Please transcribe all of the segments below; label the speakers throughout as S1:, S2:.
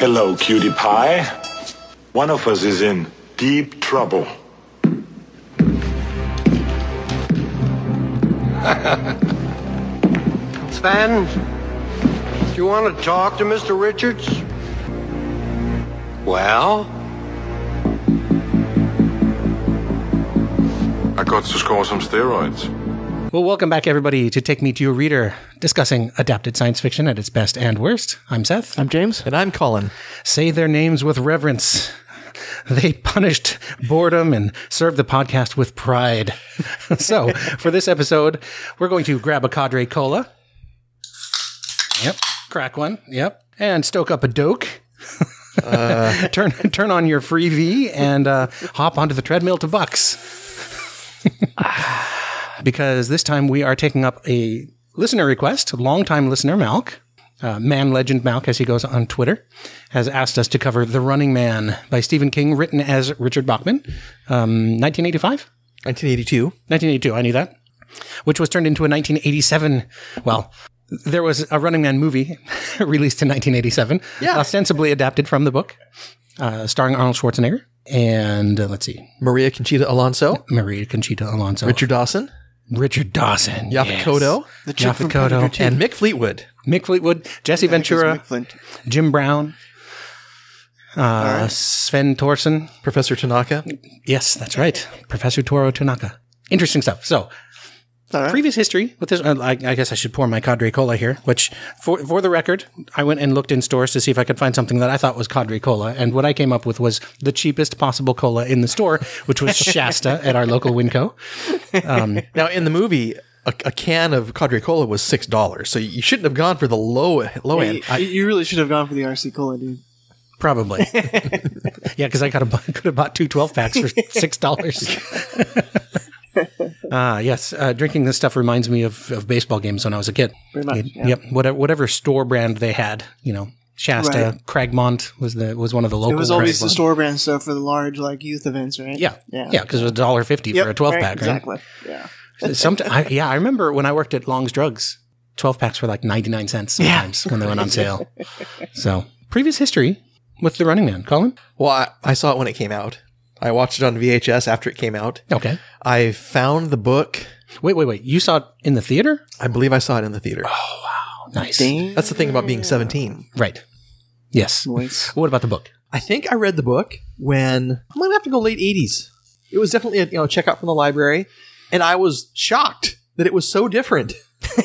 S1: Hello, cutie pie. One of us is in deep trouble.
S2: Sven, do you want to talk to Mr. Richards? Well?
S3: I got to score some steroids.
S4: Well, welcome back, everybody, to Take Me to Your Reader, discussing adapted science fiction at its best and worst. I'm Seth.
S5: I'm James.
S6: And I'm Colin.
S4: Say their names with reverence. They punished boredom and served the podcast with pride. so, for this episode, we're going to grab a cadre cola. Yep. Crack one. Yep. And stoke up a doke. turn turn on your free V and uh, hop onto the treadmill to Bucks. because this time we are taking up a listener request. Longtime listener Malk, uh, man legend Malk, as he goes on Twitter, has asked us to cover The Running Man by Stephen King, written as Richard Bachman, um, 1985.
S6: 1982.
S4: 1982, I knew that, which was turned into a 1987. Well, there was a Running Man movie released in 1987, ostensibly adapted from the book, uh, starring Arnold Schwarzenegger and uh, let's see,
S6: Maria Conchita Alonso.
S4: Maria Conchita Alonso,
S6: Richard Dawson.
S4: Richard Dawson,
S6: Yaphet Kotto.
S5: The chick
S4: Yaphet
S5: from
S4: Kotto,
S5: Predator
S4: and
S6: And Mick Fleetwood.
S4: Mick Fleetwood, Jesse Ventura,
S5: McFlint.
S4: Jim Brown, uh, Sven Torsen.
S6: Professor Tanaka.
S4: Yes, that's right. Professor Toro Tanaka. Interesting stuff. So,
S5: All right.
S4: previous history with this. uh, I, I guess I should pour my Cadre Cola here, which, for, for the record, I went and looked in stores to see if I could find something that I thought was Cadre Cola. And what I came up with was the cheapest possible cola in the store, which was Shasta at our local Winco.
S6: Now, in the movie, a, a can of Cadre Cola was $6, so you shouldn't have gone for the low, low
S5: You,
S6: end. I,
S5: you really should have gone for the RC Cola, dude.
S4: Probably. yeah, because I could have, bought, could have bought two 12 packs for $6. Ah, yes. Uh, drinking this stuff reminds me of, of baseball games when I was a kid.
S5: Very much,
S4: It-
S5: yeah.
S4: Yep. Whatever, whatever store brand they had, you know, Shasta, Cragmont was the was one of the local
S5: It was always the
S4: Cragmont.
S5: store brand stuff for the large like youth events, right?
S4: Yeah.
S5: Yeah.
S4: Yeah, because it was $1.50
S5: Yep,
S4: for a 12
S5: right,
S4: pack, right?
S5: Exactly. Yeah.
S4: Somet- I, yeah, I remember when I worked at Long's Drugs, 12 packs were like 99 cents sometimes when they went on sale. So, previous history with The Running Man. Colin?
S6: well, I, I saw it when it came out. I watched it on VHS after it came out.
S4: Okay.
S6: I found the book.
S4: Wait, wait, wait. You saw it in the theater?
S6: I believe I saw it in the theater.
S4: Nice.
S6: That's the thing about being 17.
S4: Right. Yes.
S5: Boys.
S4: What about the book?
S6: I think I read the book when I'm gonna have to go late '80s. It was definitely a you know checkout from the library, and I was shocked that it was so different.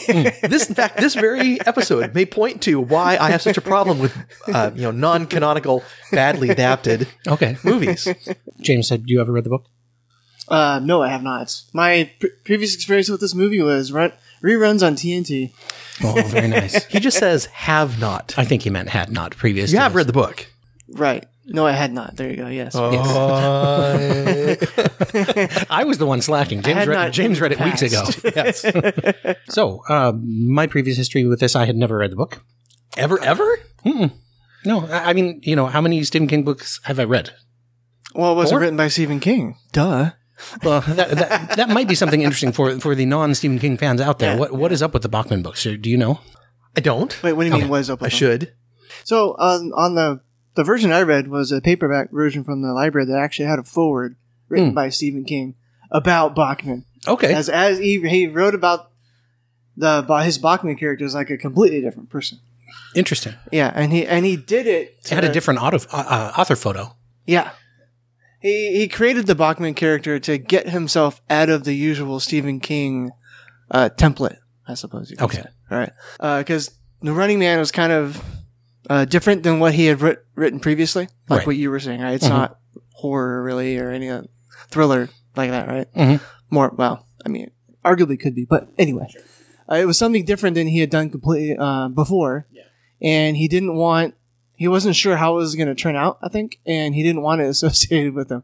S6: this, in fact, this very episode may point to why I have such a problem with uh, you know non-canonical, badly adapted
S4: Okay.
S6: movies.
S4: James said, "Do you ever read the book?"
S5: Uh, no, I have not. My pre- previous experience with this movie was run- reruns on TNT.
S4: Oh, very nice.
S6: He just says have not.
S4: I think he meant had not previously.
S6: You have read the book.
S5: Right. No, I had not. There you go. Yes.
S4: I was the one slacking. James
S5: had
S4: read,
S5: not
S4: James read it weeks ago.
S5: passed.
S6: yes.
S4: So, um, my previous history with this, I had never read the book.
S6: Ever, ever?
S4: No, I I mean, you know, how many Stephen King books have I read?
S5: Well, it wasn't
S4: Four?
S5: written by Stephen King. Duh.
S4: Well, that, that, that might be something interesting for for the non Stephen King fans out there.
S5: Yeah.
S4: What what is up with the Bachman books? Do you know?
S6: I don't.
S5: Wait, what do you mean? Was up?
S6: I
S5: with them?
S6: should.
S5: So on on the the version I read was a paperback version from the library that actually had a forward written by Stephen King about Bachman.
S4: Okay.
S5: As as he, he wrote about the about his Bachman character is like a completely different person.
S4: Interesting.
S5: Yeah, and he and he did it.
S4: It had a
S5: to-
S4: different auto, uh, uh, author photo.
S5: Yeah. He he created the Bachman character to get himself out of the usual Stephen King uh, template, I suppose you could
S4: Okay.
S5: say. All right. Because The Running Man was kind of uh, different than what he had writ- written previously, like
S4: Right. Mm-hmm.
S5: what you were saying, right? It's not horror really or any uh, thriller like that, right?
S4: Mhm.
S5: More, well, I mean, arguably could be, but anyway. Uh, it was something different than he had done completely uh, before. And he didn't want he wasn't sure how it was going to turn out, I think, and he didn't want it associated with him.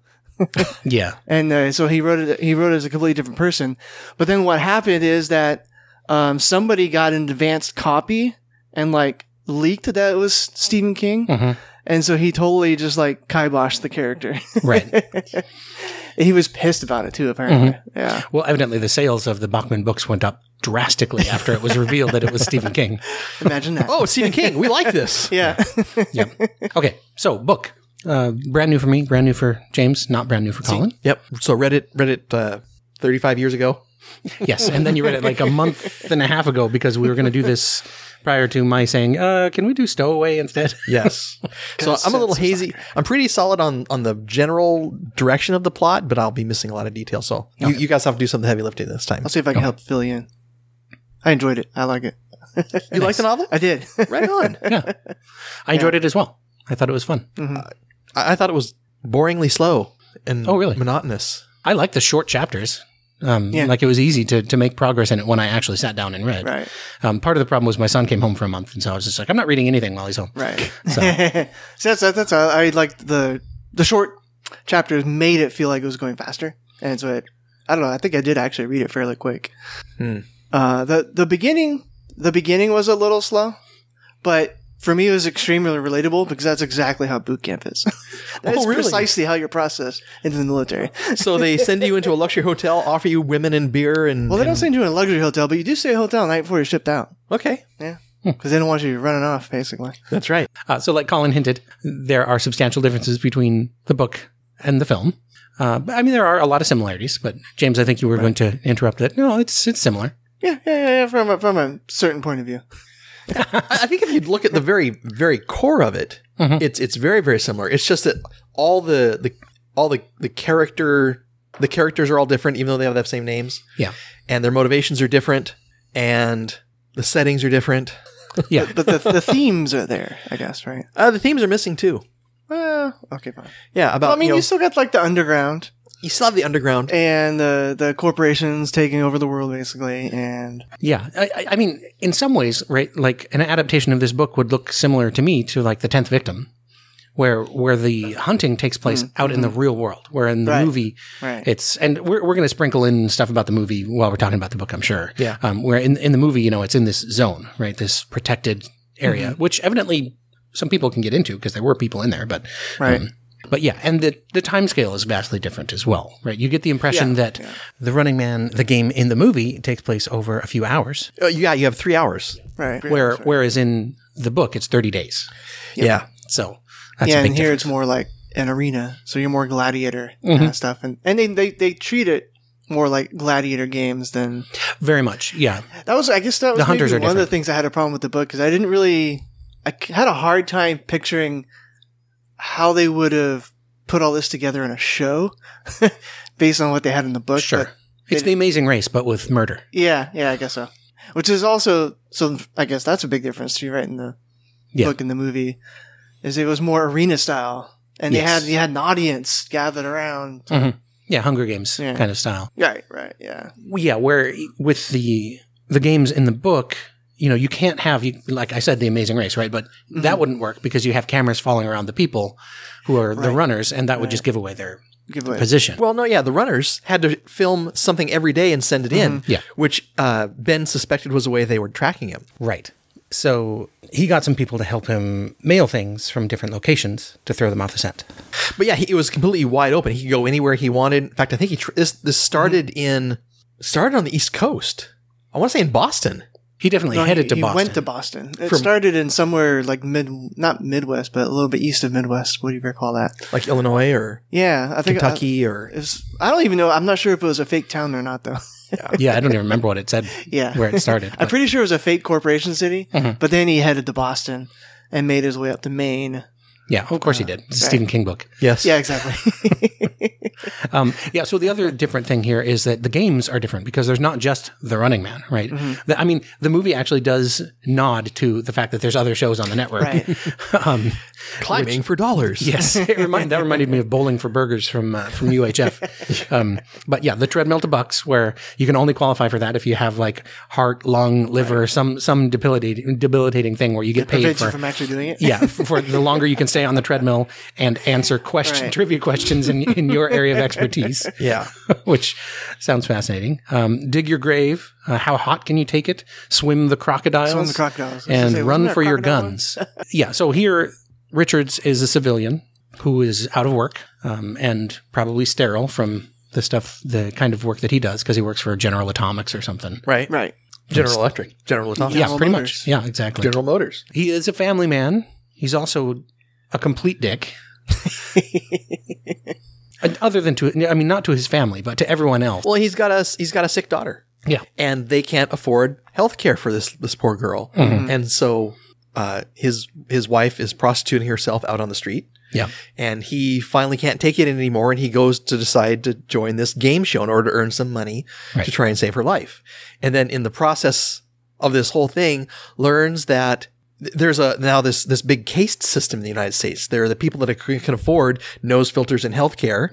S4: Yeah.
S5: And uh, so he wrote it. He wrote it as a completely different person. But then what happened is that um, somebody got an advanced copy and like leaked that it was Stephen King,
S4: Mhm.
S5: and so he totally just like kiboshed the character.
S4: Right.
S5: And he was pissed about it too, apparently. Yeah.
S4: Well, evidently the sales of the Bachman books went up drastically after it was revealed that it was Stephen King.
S5: Imagine that.
S6: Oh, Stephen King. We like this.
S5: yeah.
S4: Yep. Okay, so book. Uh, brand new for me, brand new for James, not brand new for Colin.
S6: Yep. So Reddit, Reddit, uh, 35 years ago.
S4: Yes, and then you read it like a month and a half ago because we were going to do this prior to my saying, uh, "Can we do Stowaway instead?"
S6: Yes. so I'm a little hazy. I'm pretty solid on on the general direction of the plot, but I'll be missing a lot of detail. So you, you guys have to do some of the heavy lifting this time.
S5: I'll see if I can help fill you in. I enjoyed it. I like it.
S6: You like the novel?
S5: I did.
S6: Right on.
S4: Yeah, I enjoyed it as well. I thought it was fun.
S6: I, I thought it was boringly slow and
S4: Oh, really?
S6: monotonous.
S4: I like the short chapters. Um,
S5: Yeah.
S4: Like it was easy to, to make progress in it when I actually sat down and read.
S5: Right.
S4: Um, part of the problem was my son came home for a month, and so I was just like, I'm not reading anything while he's home.
S5: Right.
S4: So-
S5: So, that's that's, that's how I liked the the short chapters made it feel like it was going faster, and so it. I don't know. I think I did actually read it fairly quick. Uh, the the beginning the beginning was a little slow, but for me it was extremely relatable because that's exactly how boot camp is. that's
S6: really?
S5: precisely how you're processed into the military.
S6: So they send you into a luxury hotel, offer you women and beer, and
S5: Well, they don't
S6: and-
S5: send you in a luxury hotel, but you do stay at a hotel the night before you're shipped out.
S6: okay.
S5: Yeah, because they don't want you running off basically.
S6: That's right.
S4: Uh, so, like Colin hinted, there are substantial differences between the book and the film. Uh, but, I mean, there are a lot of similarities, but James, I think you were going to interrupt it. No, it's it's similar.
S5: Yeah, yeah, yeah, yeah. From a, from a certain point of view.
S6: I I think if you look at the very very core of it,
S4: Mm-hmm.
S6: it's it's very very similar. It's just that all the the all the the character the characters are all different, even though they have the same names.
S4: Yeah.
S6: and their motivations are different, and the settings are different.
S4: Yeah.
S5: but the, the themes are there, I guess, right?
S6: Uh, the themes are missing too.
S5: Well, okay, fine.
S6: Yeah, about
S5: I mean,
S6: you,
S5: you,
S6: know,
S5: still got like the underground
S6: you still have the underground.
S5: and the the corporations taking over the world, basically, and
S4: Yeah, I, I- I mean, in some ways, right? Like an adaptation of this book would look similar to me to like the Tenth Victim, where where the hunting takes place out in the real world, where in the
S5: Mm. Mm-hmm. Right.
S4: movie,
S5: Right.
S4: it's and we're we're going to sprinkle in stuff about the movie while we're talking about the book, I'm sure.
S6: Yeah.
S4: um, where in in the movie, you know, it's in this zone, right? This protected area,
S5: Mm-hmm.
S4: which evidently some people can get into because there were people in there, but
S5: Right.
S4: um, but yeah, and the the time scale is vastly different as well, right? You get the impression that the Running Man, the game in the movie, takes place over a few hours,
S6: Uh, yeah, you have three hours.
S5: right
S4: where whereas in the book it's 30 days
S6: Yeah,
S4: so that's
S5: yeah,
S4: a big
S5: and here
S4: difference Mm-hmm.
S5: it's more like an arena, so you're more gladiator kind of stuff, and and they, they they treat it more like gladiator games than
S4: very much yeah
S5: that was. I guess that was
S4: The hunters
S5: maybe
S4: are
S5: one of the
S4: different.
S5: things I had a problem with the book because I didn't really, I c- had a hard time picturing how they would have put all this together in a show based on what they had in the book.
S4: sure
S5: but
S4: it's the amazing race but with murder
S5: Yeah, yeah, I guess so. Which is also so. I guess that's a big difference too, right? In the
S4: Yeah.
S5: book and the movie, is it was more arena style, and
S4: Yes.
S5: they had you had an audience gathered around.
S4: yeah hunger games
S5: Yeah.
S4: kind of style
S5: Right, right, yeah,
S4: yeah where with the the games in the book you know you can't have you like i said the amazing race right but
S5: Mm-hmm.
S4: that wouldn't work because you have cameras falling around the people who are the runners and that would just give away their
S5: giveaway.
S4: position
S6: Well, no, yeah, the runners had to film something every day and send it in.
S4: Yeah.
S6: which uh, Ben suspected was a way they were tracking him.
S4: Right. So he got some people to help him mail things from different locations to throw them off the scent.
S6: But yeah, he, it was completely wide open. He could go anywhere he wanted. In fact, I think he tr- this this started in started on the East Coast. I want to say in Boston.
S4: He definitely
S5: No,
S4: headed
S5: he,
S4: to
S5: he
S4: Boston.
S5: went to Boston. It started in somewhere like mid, not Midwest, but a little bit east of Midwest. What do you call that?
S6: like Illinois or
S5: Yeah, I think
S6: Kentucky
S5: I,
S6: or
S5: it was, I don't even know. I'm not sure if it was a fake town or not, though.
S4: yeah, I don't even remember what it said.
S5: Yeah.
S4: where it started. Mm-hmm.
S5: I'm
S4: but-
S5: pretty sure it was a fake corporation city, but then he headed to Boston and made his way up to Maine.
S4: yeah, of course he did. It's a Stephen King book.
S6: yes,
S5: Yeah, exactly.
S4: Um, yeah. So the other different thing here is that the games are different because there's not just the Running Man, right?
S5: Mm-hmm.
S4: The- I mean, the movie actually does nod to the fact that there's other shows on the network. um,
S6: climbing for dollars.
S4: yes, it remind, that reminded me of Bowling for Burgers from uh, from UHF. Um, but yeah, the treadmill to bucks, where you can only qualify for that if you have like heart, lung, liver, some some debilitating debilitating thing where you get paid
S5: prevents you
S4: for
S5: from actually doing it.
S4: yeah, f- for the longer you can stay on the treadmill and answer question
S5: Right.
S4: trivia questions in, in your area of expertise,
S6: yeah.
S4: which sounds fascinating. Um, dig your grave. Uh, how hot can you take it? Swim the crocodiles.
S5: Swim the crocodiles. I was gonna
S4: And
S5: say, wasn't
S4: run
S5: there a
S4: for your
S5: crocodile one?
S4: guns. yeah. So here, Richards is a civilian. who is out of work um, and probably sterile from the stuff, the kind of work that he does, because he works for General Atomics or something.
S6: Right.
S5: Right.
S6: General Electric. General Atomics.
S4: Yeah, pretty
S5: Motors.
S4: much. Yeah, exactly.
S6: General Motors.
S4: He is a family man. He's also a complete dick. And other than to, I mean, not to his family, but to everyone else.
S6: Well, he's got a he's got a sick daughter.
S4: Yeah.
S6: and they can't afford health care for this this poor girl, and so uh, his his wife is prostituting herself out on the street,
S4: Yeah.
S6: and he finally can't take it anymore, and he goes to decide to join this game show in order to earn some money to
S4: Right.
S6: try and save her life, and then in the process of this whole thing, learns that. th- There's a now this this big caste system in the United States. There are the people that ac- can afford nose filters and healthcare,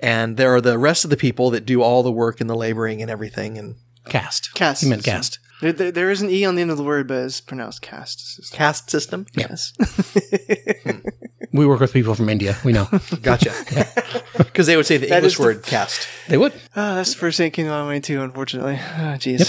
S6: and there are the rest of the people that do all the work and the laboring and everything. And
S4: Cast.
S5: Cast.
S4: He meant cast.
S5: There, there, there is an e on the end of the word, but it's pronounced cast.
S6: caste system.
S5: Yes.
S4: We work with people from India. We know.
S6: Gotcha. Because they would say the
S5: That is
S6: English
S5: the-
S6: word cast.
S4: they would.
S5: Ah, that's the first thing that came to my mind too. Unfortunately, Ah, jeez.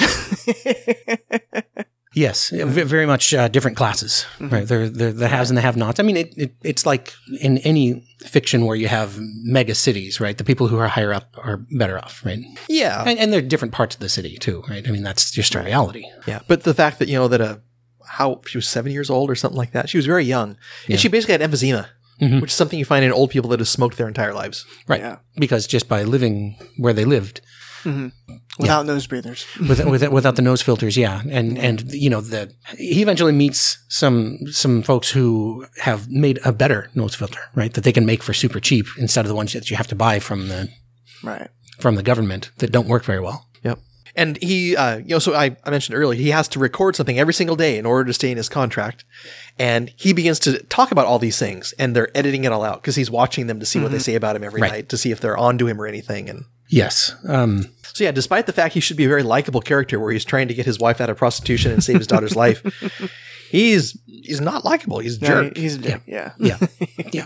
S4: Yes, v- very much uh, different classes, right? They're, they're the haves and the have-nots. I mean, it, it, it's like in any fiction where you have mega cities, right? The people who are higher up are better off, right?
S6: Yeah.
S4: And, and they're different parts of the city too, right? I mean, that's just a reality.
S6: yeah. But the fact that, you know, that a, how she was seven years old or something like that. She was very young. And she basically had emphysema,
S5: Mm-hmm.
S6: which is something you find in old people that have smoked their entire lives.
S4: Right.
S5: Yeah.
S4: Because just by living where they lived
S5: Without nose breathers.
S4: without, without, without the nose filters, yeah. And, and, you know, the, he eventually meets some, some folks who have made a better nose filter, right? That they can make for super cheap instead of the ones that you have to buy from the,
S5: Right.
S4: from the government that don't work very well.
S6: Yep. And he, uh, you know, so I, I mentioned earlier, he has to record something every single day in order to stay in his contract. And he begins to talk about all these things and they're editing it all out because he's watching them to see what
S5: Mm-hmm.
S6: they say about him every
S4: Right.
S6: night to see if they're onto him or anything. And
S4: Yes. Um,
S6: So yeah, despite the fact he should be a very likable character, where he's trying to get his wife out of prostitution and save his daughter's life, he's he's not likable. He's a
S5: No,
S6: jerk.
S5: he- he's a jerk. Yeah.
S4: yeah. Yeah.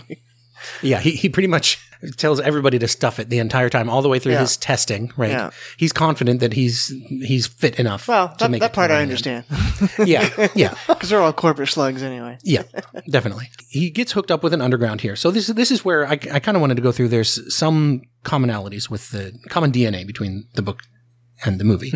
S4: Yeah. He, he pretty much tells everybody to stuff it the entire time, all the way through
S5: Yeah.
S4: his testing, right?
S5: Yeah.
S4: He's confident that he's, he's fit enough.
S5: Well,
S4: to
S5: that,
S4: make it
S5: that
S4: to
S5: part
S4: the
S5: I
S4: end.
S5: understand
S4: Yeah. Yeah.
S5: because they're all corporate slugs anyway.
S4: Yeah, definitely. He gets hooked up with an underground here. So this this is where I, I kind of wanted to go through. There's some commonalities with the common DNA between the book and the movie.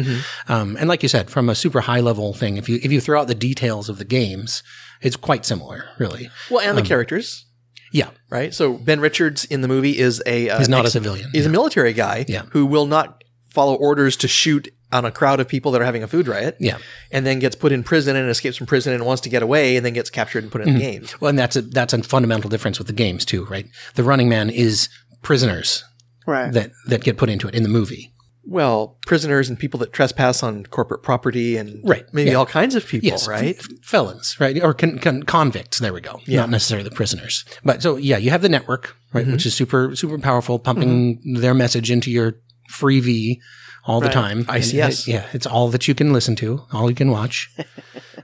S4: Um, and like you said, from a super high level thing, if you if you throw out the details of the games, it's quite similar, really.
S6: well, and
S4: Um,
S6: the characters,
S4: Yeah,
S6: right? So Ben Richards in the movie is a uh,
S4: he's not a
S6: ex-
S4: civilian.
S6: he's a military guy
S4: Yeah.
S6: who will not follow orders to shoot on a crowd of people that are having a food riot.
S4: Yeah.
S6: and then gets put in prison and escapes from prison and wants to get away and then gets captured and put in the game.
S4: well, and that's a that's a fundamental difference with the games too, right? The Running Man is prisoners
S5: Right.
S4: that that get put into it in the movie.
S6: Well, prisoners and people that trespass on corporate property and
S4: Right.
S6: maybe
S4: Yeah.
S6: all kinds of people,
S4: Yes,
S6: right?
S4: f- felons, right, or con- con- convicts. There we go. Not necessarily the prisoners, but so yeah, you have the network, right,
S6: Mm-hmm.
S4: which is super super powerful, pumping their message into your freebie all the time.
S6: ICS.
S4: And it- yeah, it's all that you can listen to, all you can watch.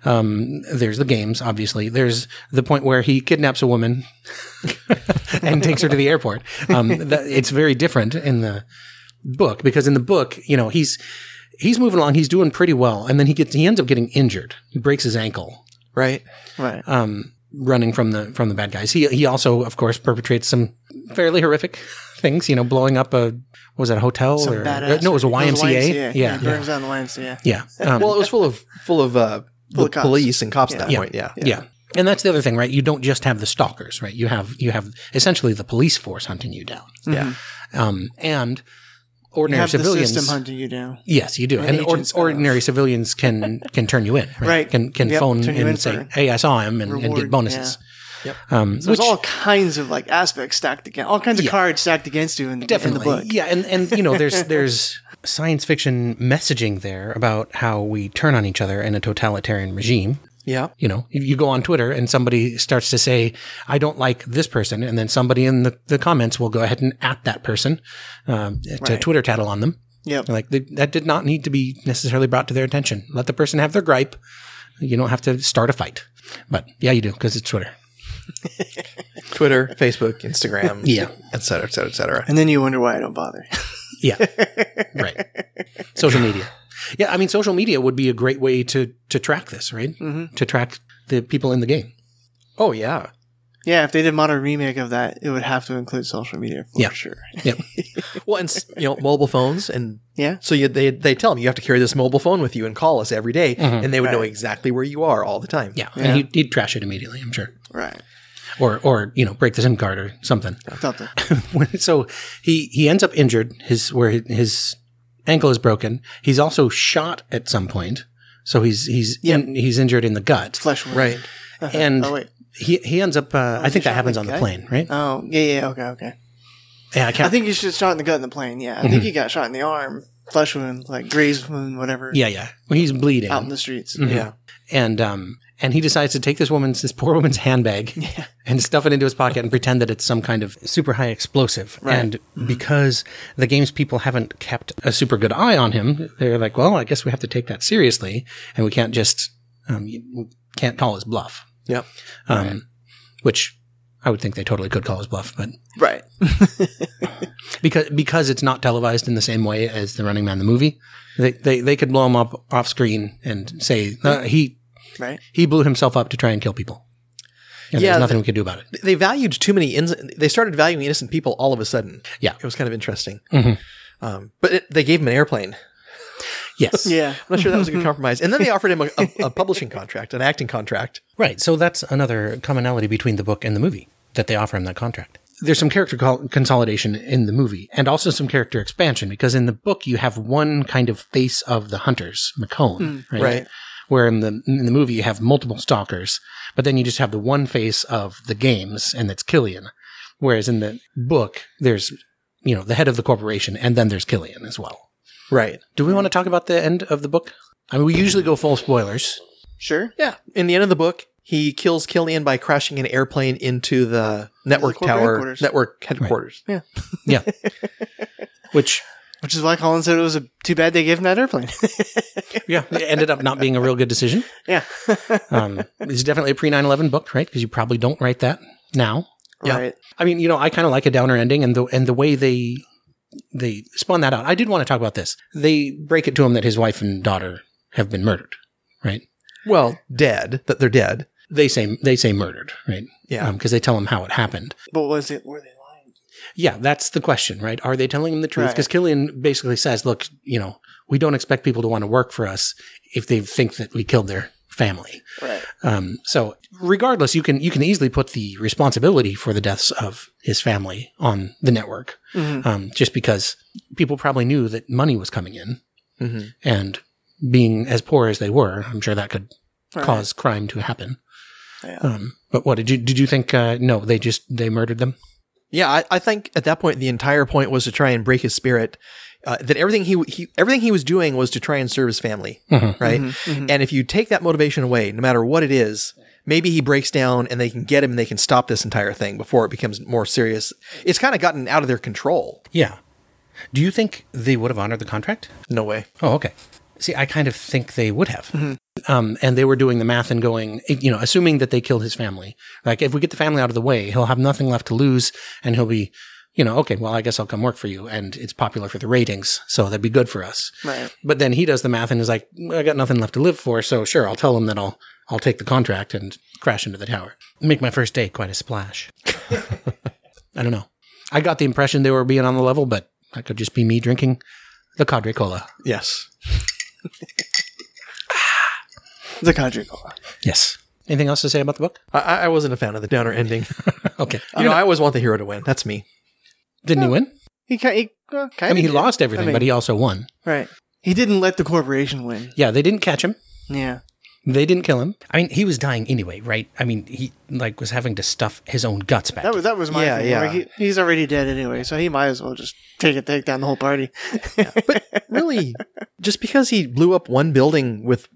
S4: um, there's the games, obviously. There's the point where he kidnaps a woman and takes her to the airport. Um, that, it's very different in the book because in the book, you know, he's he's moving along, he's doing pretty well, and then he gets he ends up getting injured. He breaks his ankle
S6: Right.
S5: Right.
S4: um, running from the from the bad guys. He he also, of course, perpetrates some fairly horrific things. You know, blowing up a what was that a hotel
S5: Some
S4: or
S5: badass.
S4: no, it was a YMCA.
S5: Yeah.
S4: Yeah,
S5: He
S4: yeah.
S5: burns down the YMCA.
S4: yeah. Um,
S6: well, it was full of full of uh,
S5: Full of
S6: the
S5: cops.
S6: police and cops at that
S4: Yeah.
S6: point. Yeah.
S4: yeah. And that's the other thing, right? You don't just have the stalkers, right? You have you have essentially the police force hunting you down.
S6: Yeah.
S4: Um, and
S5: You
S4: ordinary
S5: have
S4: civilians.
S5: the system hunting you down.
S4: Yes, you do. And, or,
S5: agents, uh,
S4: ordinary civilians can can turn you in, right?
S5: Right.
S4: Can can
S5: Yep,
S4: phone
S5: turn you in
S4: and say,
S5: for
S4: "Hey, I saw him," and, and get
S5: reward,
S4: bonuses.
S6: yeah.
S4: Um,
S5: So
S4: which,
S5: there's all kinds of like aspects stacked against, all kinds of
S4: Yeah.
S5: cards stacked against you in the, in the
S4: definitely,
S5: book.
S4: yeah. And and you know, there's there's science fiction messaging there about how we turn on each other in a totalitarian regime.
S6: Yeah.
S4: You know, you- you go on Twitter and somebody starts to say, "I don't like this person," and then somebody in the, the comments will go ahead and at that person um, to
S5: Right.
S4: Twitter tattle on them.
S5: Yep.
S4: Like they, that did not need to be necessarily brought to their attention. Let the person have their gripe. You don't have to start a fight. But yeah, you do because it's Twitter.
S6: Twitter, Facebook, Instagram.
S4: Yeah.
S6: Et cetera, et cetera, et cetera.
S5: And then you wonder why I don't bother.
S4: Yeah, right. Social media. Yeah, I mean, social media would be a great way to to track this, right? To track the people in the game.
S6: Oh yeah.
S5: Yeah, if they did modern remake of that, it would have to include social media for
S4: Yeah.
S5: sure.
S4: Yep.
S6: Well, and s- you know, mobile phones, and
S5: Yeah.
S6: so you, they they tell him you have to carry this mobile phone with you and call us every day," and they would know exactly where you are all the time.
S4: Mm-hmm. Yeah. And he'd, he'd trash it immediately, I'm sure.
S5: Right.
S4: Or, or you know, break the SIM card or something.
S5: Something.
S4: When- so he, he ends up injured. His where hi- his ankle is broken. He's also shot at some point. So he's he's in, he's injured in the gut.
S5: Flesh wound.
S6: right.
S4: And
S5: Oh, wait. Oh,
S4: he he ends up. Uh, I think that
S5: shot in
S4: happens
S5: the
S4: on the
S5: gut?
S4: plane, right?
S5: Oh, yeah, yeah, okay, okay.
S4: yeah, Mm-hmm. I can't.
S5: I think he should shot in the gut in the plane, yeah. I think he got shot in the arm. Flesh wound, like graze wound, whatever.
S4: yeah, Mm-hmm. yeah. Well, he's bleeding.
S5: Out in the streets.
S6: Yeah.
S4: and um and he decides to take this woman's this poor woman's handbag and stuff it into his pocket and pretend that it's some kind of super high explosive and because the game's people haven't kept a super good eye on him they're like well i guess we have to take that seriously and we can't just um you- we can't call his bluff
S6: Yep.
S4: um which i would think they totally could call his bluff but
S5: Right.
S4: because because it's not televised in the same way as the running man the movie they they, they could blow him up off screen and say uh, he
S5: Right.
S4: he blew himself up to try and kill people. And
S6: Yeah,
S4: there's nothing we could do about it.
S6: They- They valued too many. In- they started valuing innocent people all of a sudden.
S4: Yeah.
S6: It was kind of interesting.
S4: Mhm.
S6: Um, but it, they gave him an airplane.
S4: Yes.
S5: Yeah.
S6: I'm not sure that was a good compromise. And then they offered him a, a, a publishing contract, an acting contract.
S4: Right. So that's another commonality between the book and the movie that they offer him that contract. There's some character col- consolidation in the movie and also some character expansion because in the book you have one kind of face of the hunters, McCone, right?
S6: Hmm. right.
S4: Where in the in the movie you have multiple stalkers, but then you just have the one face of the games and that's Killian. Whereas in the book there's you know the head of the corporation and then there's Killian as well.
S6: Right.
S4: Do we want to talk about the end of the book? I mean, we usually go full spoilers.
S5: Sure.
S6: Yeah. In the end of the book, he kills Killian by crashing an airplane into the network
S5: corporate
S6: tower,
S5: headquarters.
S6: network headquarters.
S4: Yeah. Which,
S5: Which is why Colin said it was a, too bad they gave him that airplane.
S4: yeah, it ended up not being a real good decision.
S5: yeah.
S4: Um, it's definitely a pre 9 11 book, right? Because you probably don't write that now.
S6: Yeah.
S5: Right.
S4: I mean, you know, I kind of like a downer ending and the, and the way they, they spun that out. I did want to talk about this. They break it to him that his wife and daughter have been murdered, right?
S6: Well, dead. That they're dead.
S4: They say, they say murdered, right?
S6: Yeah.
S4: Because they tell him how it happened.
S5: But was it, were they lying?
S4: Yeah, that's the question, right? Are they telling him the truth?
S5: Right.
S4: Because Killian basically says, look, you know, we don't expect people to want to work for us if they think that we killed their family.
S5: Right.
S4: Um, so regardless, you can you can easily put the responsibility for the deaths of his family on the network,
S5: Mm-hmm.
S4: um, just because people probably knew that money was coming in,
S5: Mm-hmm.
S6: Mhm.
S4: and being as poor as they were, I'm sure that could
S5: Right.
S4: cause crime to happen.
S5: Yeah.
S4: Um, but what did you did you think? Uh, no, they just they murdered them.
S6: Yeah, I, I think at that point the entire point was to try and break his spirit. Uh, that everything he, he everything he was doing was to try and serve his family, right? And if you take that motivation away, no matter what it is, maybe he breaks down and they can get him and they can stop this entire thing before it becomes more serious. It's kind of gotten out of their control.
S4: Yeah. Do you think they would have honored the contract?
S6: No way.
S4: Oh, okay. See, I kind of think they would have. Um, and they were doing the math and going, you know, assuming that they killed his family. Like, if we get the family out of the way, he'll have nothing left to lose and he'll be, you know, okay, well, I guess I'll come work for you. And it's popular for the ratings. So that'd be good for us.
S5: Right.
S4: But then he does the math and is like, I got nothing left to live for. So sure, I'll tell him that I'll, I'll take the contract and crash into the tower. Make my first day quite a splash. I don't know. I got the impression they were being on the level, but that could just be me drinking the Cadre Cola.
S6: Yes.
S5: The Conjugal.
S4: Yes. Anything else to say about the book?
S6: I, I I wasn't a fan of the downer ending.
S4: Okay.
S6: You know, I always want the hero to win. That's me.
S4: Didn't he win?
S5: He, ki- he well, kind
S4: I mean, he
S5: of
S4: lost everything,
S5: mean-
S4: but he also won.
S5: Right. He didn't let the corporation win.
S4: Yeah, they didn't catch him.
S5: Yeah.
S4: They didn't kill him. I mean, he was dying anyway, right? I mean, he like was having to stuff his own guts back.
S5: That was that was my
S6: Yeah,
S5: thing.
S6: yeah.
S5: Like, he, he's already dead anyway, so he might as well just take it, take down the whole party.
S6: But really, just because he blew up one building with,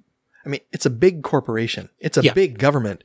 S6: I mean, it's a big corporation, it's a
S4: Yeah.
S6: big government.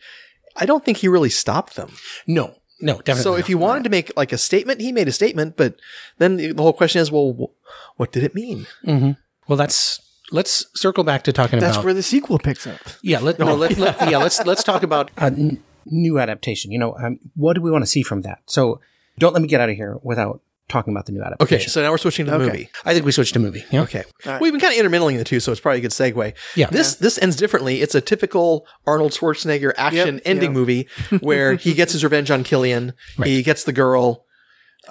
S6: I don't think he really stopped them.
S4: no, no, definitely.
S6: so if you wanted to make like a statement, he made a statement, but then the the whole question is, well, wh- what did it mean?
S4: well, that's let's circle back to talking
S5: That's
S4: about
S5: where the sequel picks up.
S4: yeah. Let, no, let, let- yeah. Let's let's talk about a n- new adaptation. You know, um, what do we want to see from that? So don't let me get out of here without talking about the new adaptation.
S6: Okay, so now we're switching to the
S5: Okay.
S6: movie.
S4: I think we switched to movie. Yeah?
S6: Okay.
S5: right.
S6: We've been kind of intermingling the two, so it's probably a good segue.
S4: Yeah.
S6: This this ends differently. It's a typical Arnold Schwarzenegger action
S5: Yep,
S6: ending
S5: yeah.
S6: movie where he gets his revenge on Killian. He gets the girl.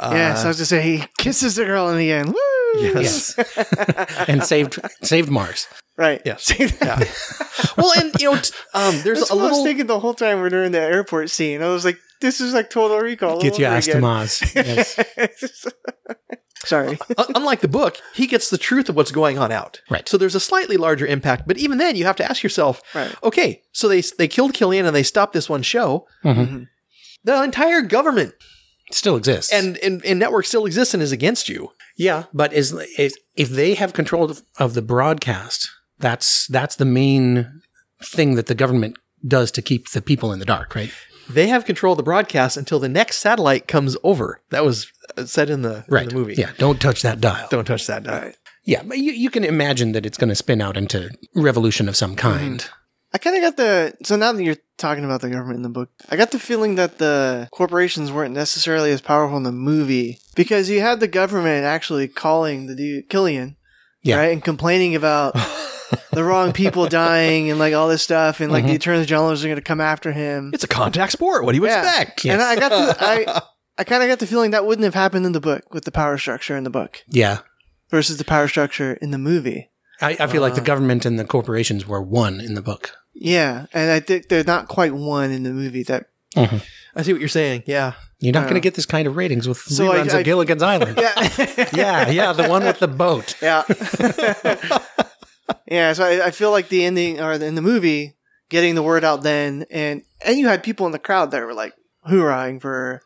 S5: yes, I was just saying he kisses the girl in the end. Woo!
S4: uh, Yes. and saved saved Mars.
S5: Right.
S6: Yes. yeah. Well, and you know, t- um, there's
S5: That's
S6: a
S5: what I
S6: little.
S5: was thinking the whole time we're during the airport scene. I was like, this is like Total Recall. all
S4: Get your
S5: over
S4: ass to
S5: again.
S4: Mars. Yes.
S5: Sorry.
S6: un- uh, unlike the book, he gets the truth of what's going on out.
S4: Right.
S6: So there's a slightly larger impact, but even then, you have to ask yourself,
S5: Right.
S6: okay, so they they killed Killian and they stopped this one show. The entire government
S4: Mm-hmm. Still exists.
S6: and, and and network still exists and is against you.
S4: yeah, but is, is if they have control of, of the broadcast, that's that's the main thing that the government does to keep the people in the dark, right?
S6: They have control of the broadcast until the next satellite comes over. That was uh, said in the, in
S4: Right.
S6: the movie.
S4: Yeah. Don't touch that dial.
S6: Don't touch that. dial.
S4: Yeah, but you, you can imagine that it's going to spin out into revolution of some kind.
S6: Mm-hmm.
S5: I kind of got the so now that you're talking about the government in the book, I got the feeling that the corporations weren't necessarily as powerful in the movie because you had the government actually calling the dude Killian,
S4: Yeah.
S5: right, and complaining about the wrong people dying and like all this stuff, and like
S4: Mm-hmm.
S5: the attorney generals are going to come after him.
S6: It's a contact sport. What do you
S5: Yeah.
S6: expect?
S5: And I got the, I I kind of got the feeling that wouldn't have happened in the book with the power structure in the book
S4: Yeah.
S5: versus the power structure in the movie.
S4: I, I feel
S6: Uh.
S4: like the government and the corporations were one in the book.
S5: Yeah, and I think they're not quite one in the movie that
S6: I see what you're saying. Yeah.
S4: You're not going
S6: Uh.
S4: to get this kind of ratings with
S5: So I-
S4: reruns
S5: I-
S4: of Gilligan's Island.
S5: yeah.
S4: yeah, yeah, the one with the boat.
S5: Yeah. yeah. So I, I feel like the ending or in the movie, getting the word out then, and and you had people in the crowd that were like hoorahing for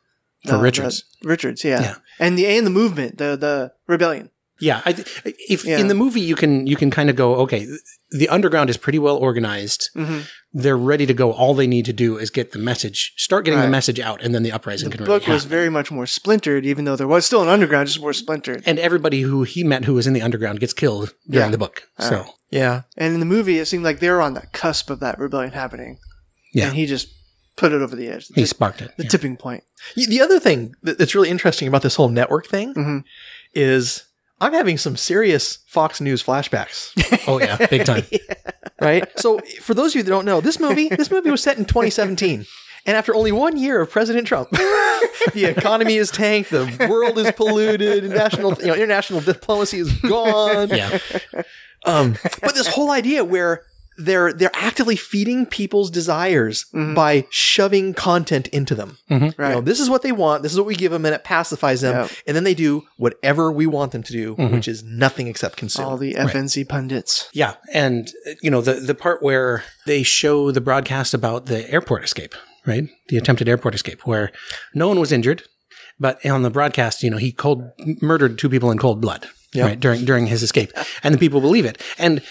S4: For Richards.
S5: the- Richards, yeah.
S4: Yeah.
S5: and the and the movement, the the rebellion.
S4: Yeah, I th- if
S5: Yeah.
S4: in the movie you can you can kind of go okay, th- the underground is pretty well organized.
S5: Mhm.
S4: They're ready to go. All they need to do is get the message, start getting
S5: Right.
S4: the message out, and then the uprising
S5: The
S4: can
S5: book
S4: really
S5: was
S4: happen.
S5: very much more splintered, even though there was still an underground, just more splintered.
S4: and everybody who he met who was in the underground gets killed during
S5: Yeah.
S4: the book.
S5: All
S4: so
S5: right.
S6: Yeah.
S5: And in the movie, it seemed like they were on the cusp of that rebellion happening.
S4: Yeah.
S5: and he just put it over the edge.
S4: he
S5: The-
S4: sparked it.
S5: the
S4: Yeah.
S5: tipping point.
S6: Y- The other thing that- that's really interesting about this whole network thing
S5: Mhm.
S6: is I'm having some serious Fox News flashbacks,
S4: Oh yeah, big time.
S6: right? so, for those of you that don't know, this movie this movie was set in 2017, and after only one year of President Trump, the economy is tanked, the world is polluted, national you know international diplomacy is gone.
S4: Yeah.
S6: Um, but this whole idea where they're they're actively feeding people's desires by shoving content into them. You know,
S5: Mm-hmm. Right.
S6: this is what they want. This is what we give them, and it pacifies them.
S5: Yep.
S6: And then they do whatever we want them to do, which is nothing except consume.
S5: All the FNC pundits.
S4: Yeah, and uh, you know the the part where they show the broadcast about the airport escape, right? The attempted airport escape, where no one was injured, but on the broadcast, you know, he cold murdered two people in cold blood, right? During during his escape, and the people believe it. And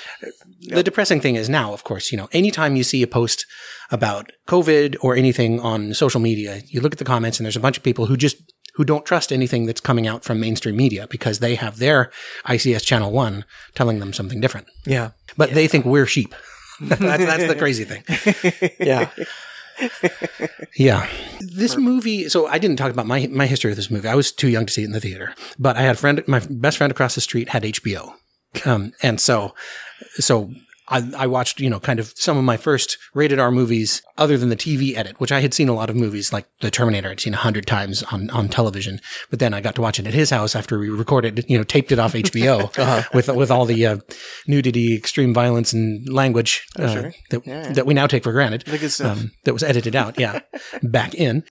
S4: uh, the depressing thing is now, of course, you know, anytime you see a post about COVID or anything on social media, you look at the comments, and there's a bunch of people who just who don't trust anything that's coming out from mainstream media because they have their ICS channel one telling them something different
S6: yeah,
S4: but they think we're sheep. that's, that's the crazy thing.
S6: yeah.
S4: Yeah. This movie. So I didn't talk about my my history of this movie. I was too young to see it in the theater, but I had a friend, my best friend across the street had HBO, um, and so so. I, I watched, you know, kind of some of my first rated R movies other than the TV edit, which I had seen a lot of movies like The Terminator. I'd seen a hundred times on, on television, but then I got to watch it at his house after we recorded, you know, taped it off HBO with, with all the uh, nudity, extreme violence and language uh, that, that we now take for granted
S5: The good stuff.
S4: um, that was edited out. Yeah, back in.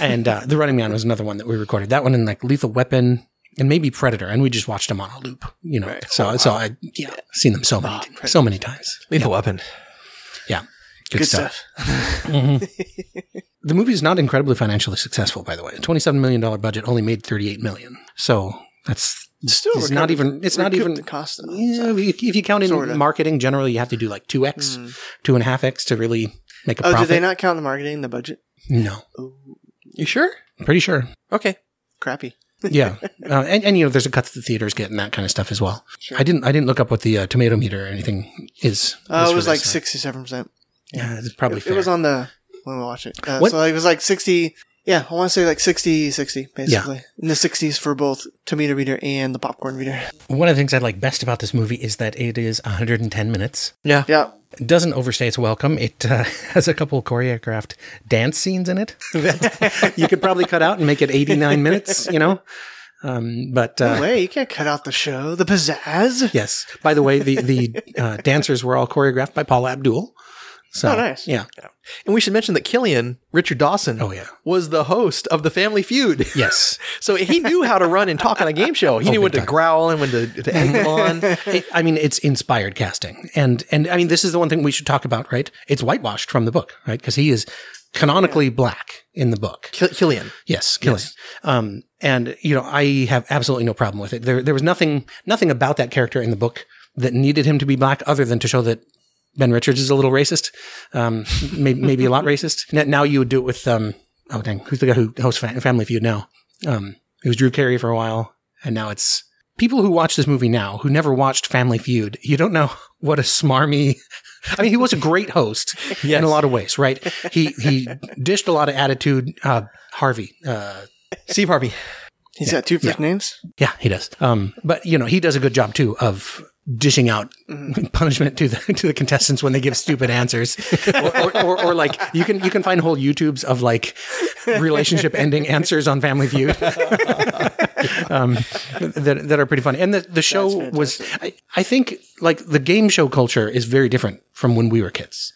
S4: And uh, the Running Man was another one that we recorded. That one in like Lethal Weapon and maybe Predator, and we just watched them on a loop. You know, so
S5: Oh,
S4: so I yeah seen them so
S5: Ah,
S4: many so many times.
S6: Lethal Weapon.
S4: Yeah, good,
S5: Good
S4: stuff.
S5: stuff.
S4: The movie is not incredibly financially successful, by the way. Twenty seven million dollar budget only made thirty eight million. So that's
S5: Still
S4: it's not
S5: recovered-
S4: even it's not
S5: recouped
S4: even
S5: the cost of Oh, it.
S4: Yeah, if, if you count in
S5: Sorta. Hmm.
S4: marketing, generally you have to do like two x, two and a half x to really make a
S5: Oh,
S4: profit.
S5: did they not count the marketing, the budget?
S4: No,
S6: You sure?
S4: pretty sure.
S6: Okay.
S5: Crappy.
S4: yeah, uh, and, and you know, there's a cut that the theaters get and that kind of stuff as well. I didn't I didn't look up what the uh, tomato meter or anything is.
S5: Uh,
S4: is
S5: it
S4: for
S5: was like
S4: this.
S5: sixty-seven percent.
S4: Yeah, it's probably
S5: It
S4: fair.
S5: was on the when we watched it. Uh,
S4: What-
S5: so it was like sixty. Yeah, I want to say like 60, 60, basically.
S4: Yeah.
S5: In the 60s for both tomato meter and the popcorn meter.
S4: One of the things I like best about this movie is that it is 110 minutes.
S6: Yeah.
S5: Yeah.
S4: It doesn't overstay its welcome. It uh, has a couple of choreographed dance scenes in it that you could probably cut out and make it 89 minutes, you know? Um, but uh,
S5: No way, you can't cut out the show, the pizzazz.
S4: yes. By the way, the, the uh, dancers were all choreographed by Paula Abdul. So,
S5: Oh, nice.
S4: Yeah.
S6: And we should mention that Killian, Richard Dawson,
S4: Oh, yeah.
S6: was the host of the Family Feud.
S4: Yes.
S6: So he knew how to run and talk on a game show. He
S4: Oh,
S6: knew
S4: big
S6: when to
S4: time.
S6: growl and when to, to angle on.
S4: It- I mean, it's inspired casting, and and I mean, this is the one thing we should talk about, right? It's whitewashed from the book, right? Because he is canonically black in the book.
S6: Kill- Killian.
S4: Yes, Killian. Um, and you know, I have absolutely no problem with it. There, there was nothing, nothing about that character in the book that needed him to be black, other than to show that Ben Richards is a little racist, um, maybe, maybe a lot racist. N- Now you would do it with um, oh dang, who's the guy who hosts Fa- Family Feud now? Um, it was Drew Carey for a while, and now it's people who watch this movie now who never watched Family Feud. You don't know what a smarmy. I mean, he was a great host in a lot of ways, right? He he dished a lot of attitude. Uh, Harvey, uh,
S6: Steve Harvey.
S5: He's got two first names.
S4: yeah, he does. Um, but you know, he does a good job too of dishing out punishment to the to the contestants when they give stupid answers, or, or, or, or like you can you can find whole YouTubes of like relationship ending answers on Family Feud um, that that are pretty funny. And the the show was, I, I think, like the game show culture is very different from when we were kids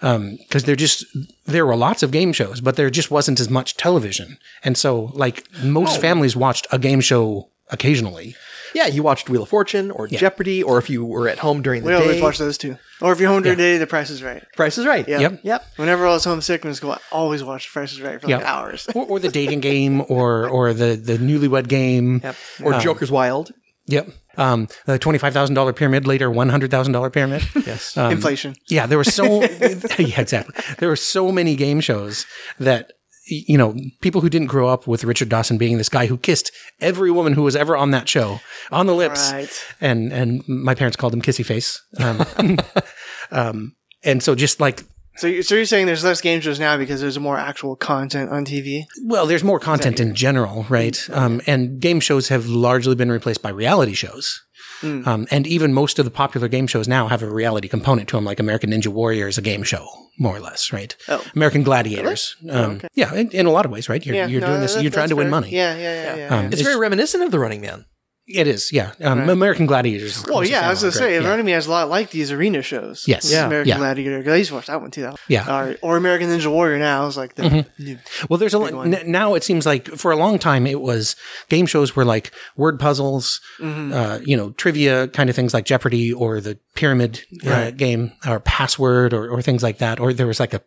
S4: because there just there were lots of game shows, but there just wasn't as much television, and so like most families watched a game show occasionally.
S6: Yeah, you watched Wheel of Fortune or Jeopardy, or if you were at home during the
S5: We
S6: day.
S5: always watch those two. Or if you're home during the day, the price is right.
S6: Price is Right.
S5: Yeah.
S4: Yep.
S6: Yep.
S5: Whenever I was homesick in school, I always watched The Price is Right for like
S4: Yep.
S5: hours.
S4: or, or the dating game, or or the the newlywed game. Yep.
S6: Or Joker's Wild.
S4: Yep. Um, the twenty five thousand dollar pyramid, later one hundred thousand dollar pyramid.
S6: Yes.
S4: Um,
S5: Inflation.
S4: Yeah, there were so yeah, exactly. There were so many game shows that y- you know people who didn't grow up with Richard Dawson being this guy who kissed every woman who was ever on that show on the lips,
S5: Right.
S4: and and my parents called him Kissy Face, um, um, and so just like.
S5: So, you, so you're saying there's less game shows now because there's more actual content on TV?
S4: Well, there's more content in general, right?
S5: Mm-hmm.
S4: Um, and game shows have largely been replaced by reality shows.
S5: Mm.
S4: Um, and even most of the popular game shows now have a reality component to them, like American Ninja Warrior is a game show, more or less, right?
S5: Oh.
S4: American Gladiators. Um, Yeah, in, in a lot of ways, right? You're, you're
S5: no,
S4: doing this,
S5: that-
S4: you're trying
S5: that's
S4: to win
S5: fair.
S4: money.
S5: Yeah, yeah, yeah. yeah, yeah.
S4: Um,
S6: It's very reminiscent of The Running Man.
S4: it is, yeah. Um, American Gladiators. is
S5: Well,
S4: close
S5: yeah, I was gonna
S4: analog, right?
S5: say,
S4: Yeah.
S5: Running Man has a lot like these arena shows.
S4: Yes. Yeah.
S5: American
S4: Yeah.
S5: Gladiator. 'cause I used to watch that one too. That
S4: Yeah. Mm-hmm.
S5: Or, or American Ninja Warrior. Now is like the new-
S4: Well, there's a lot n- now. It seems like for a long time it was game shows were like word puzzles, uh, you know, trivia kind of things like Jeopardy or the pyramid uh, game or password or, or things like that. Or there was like a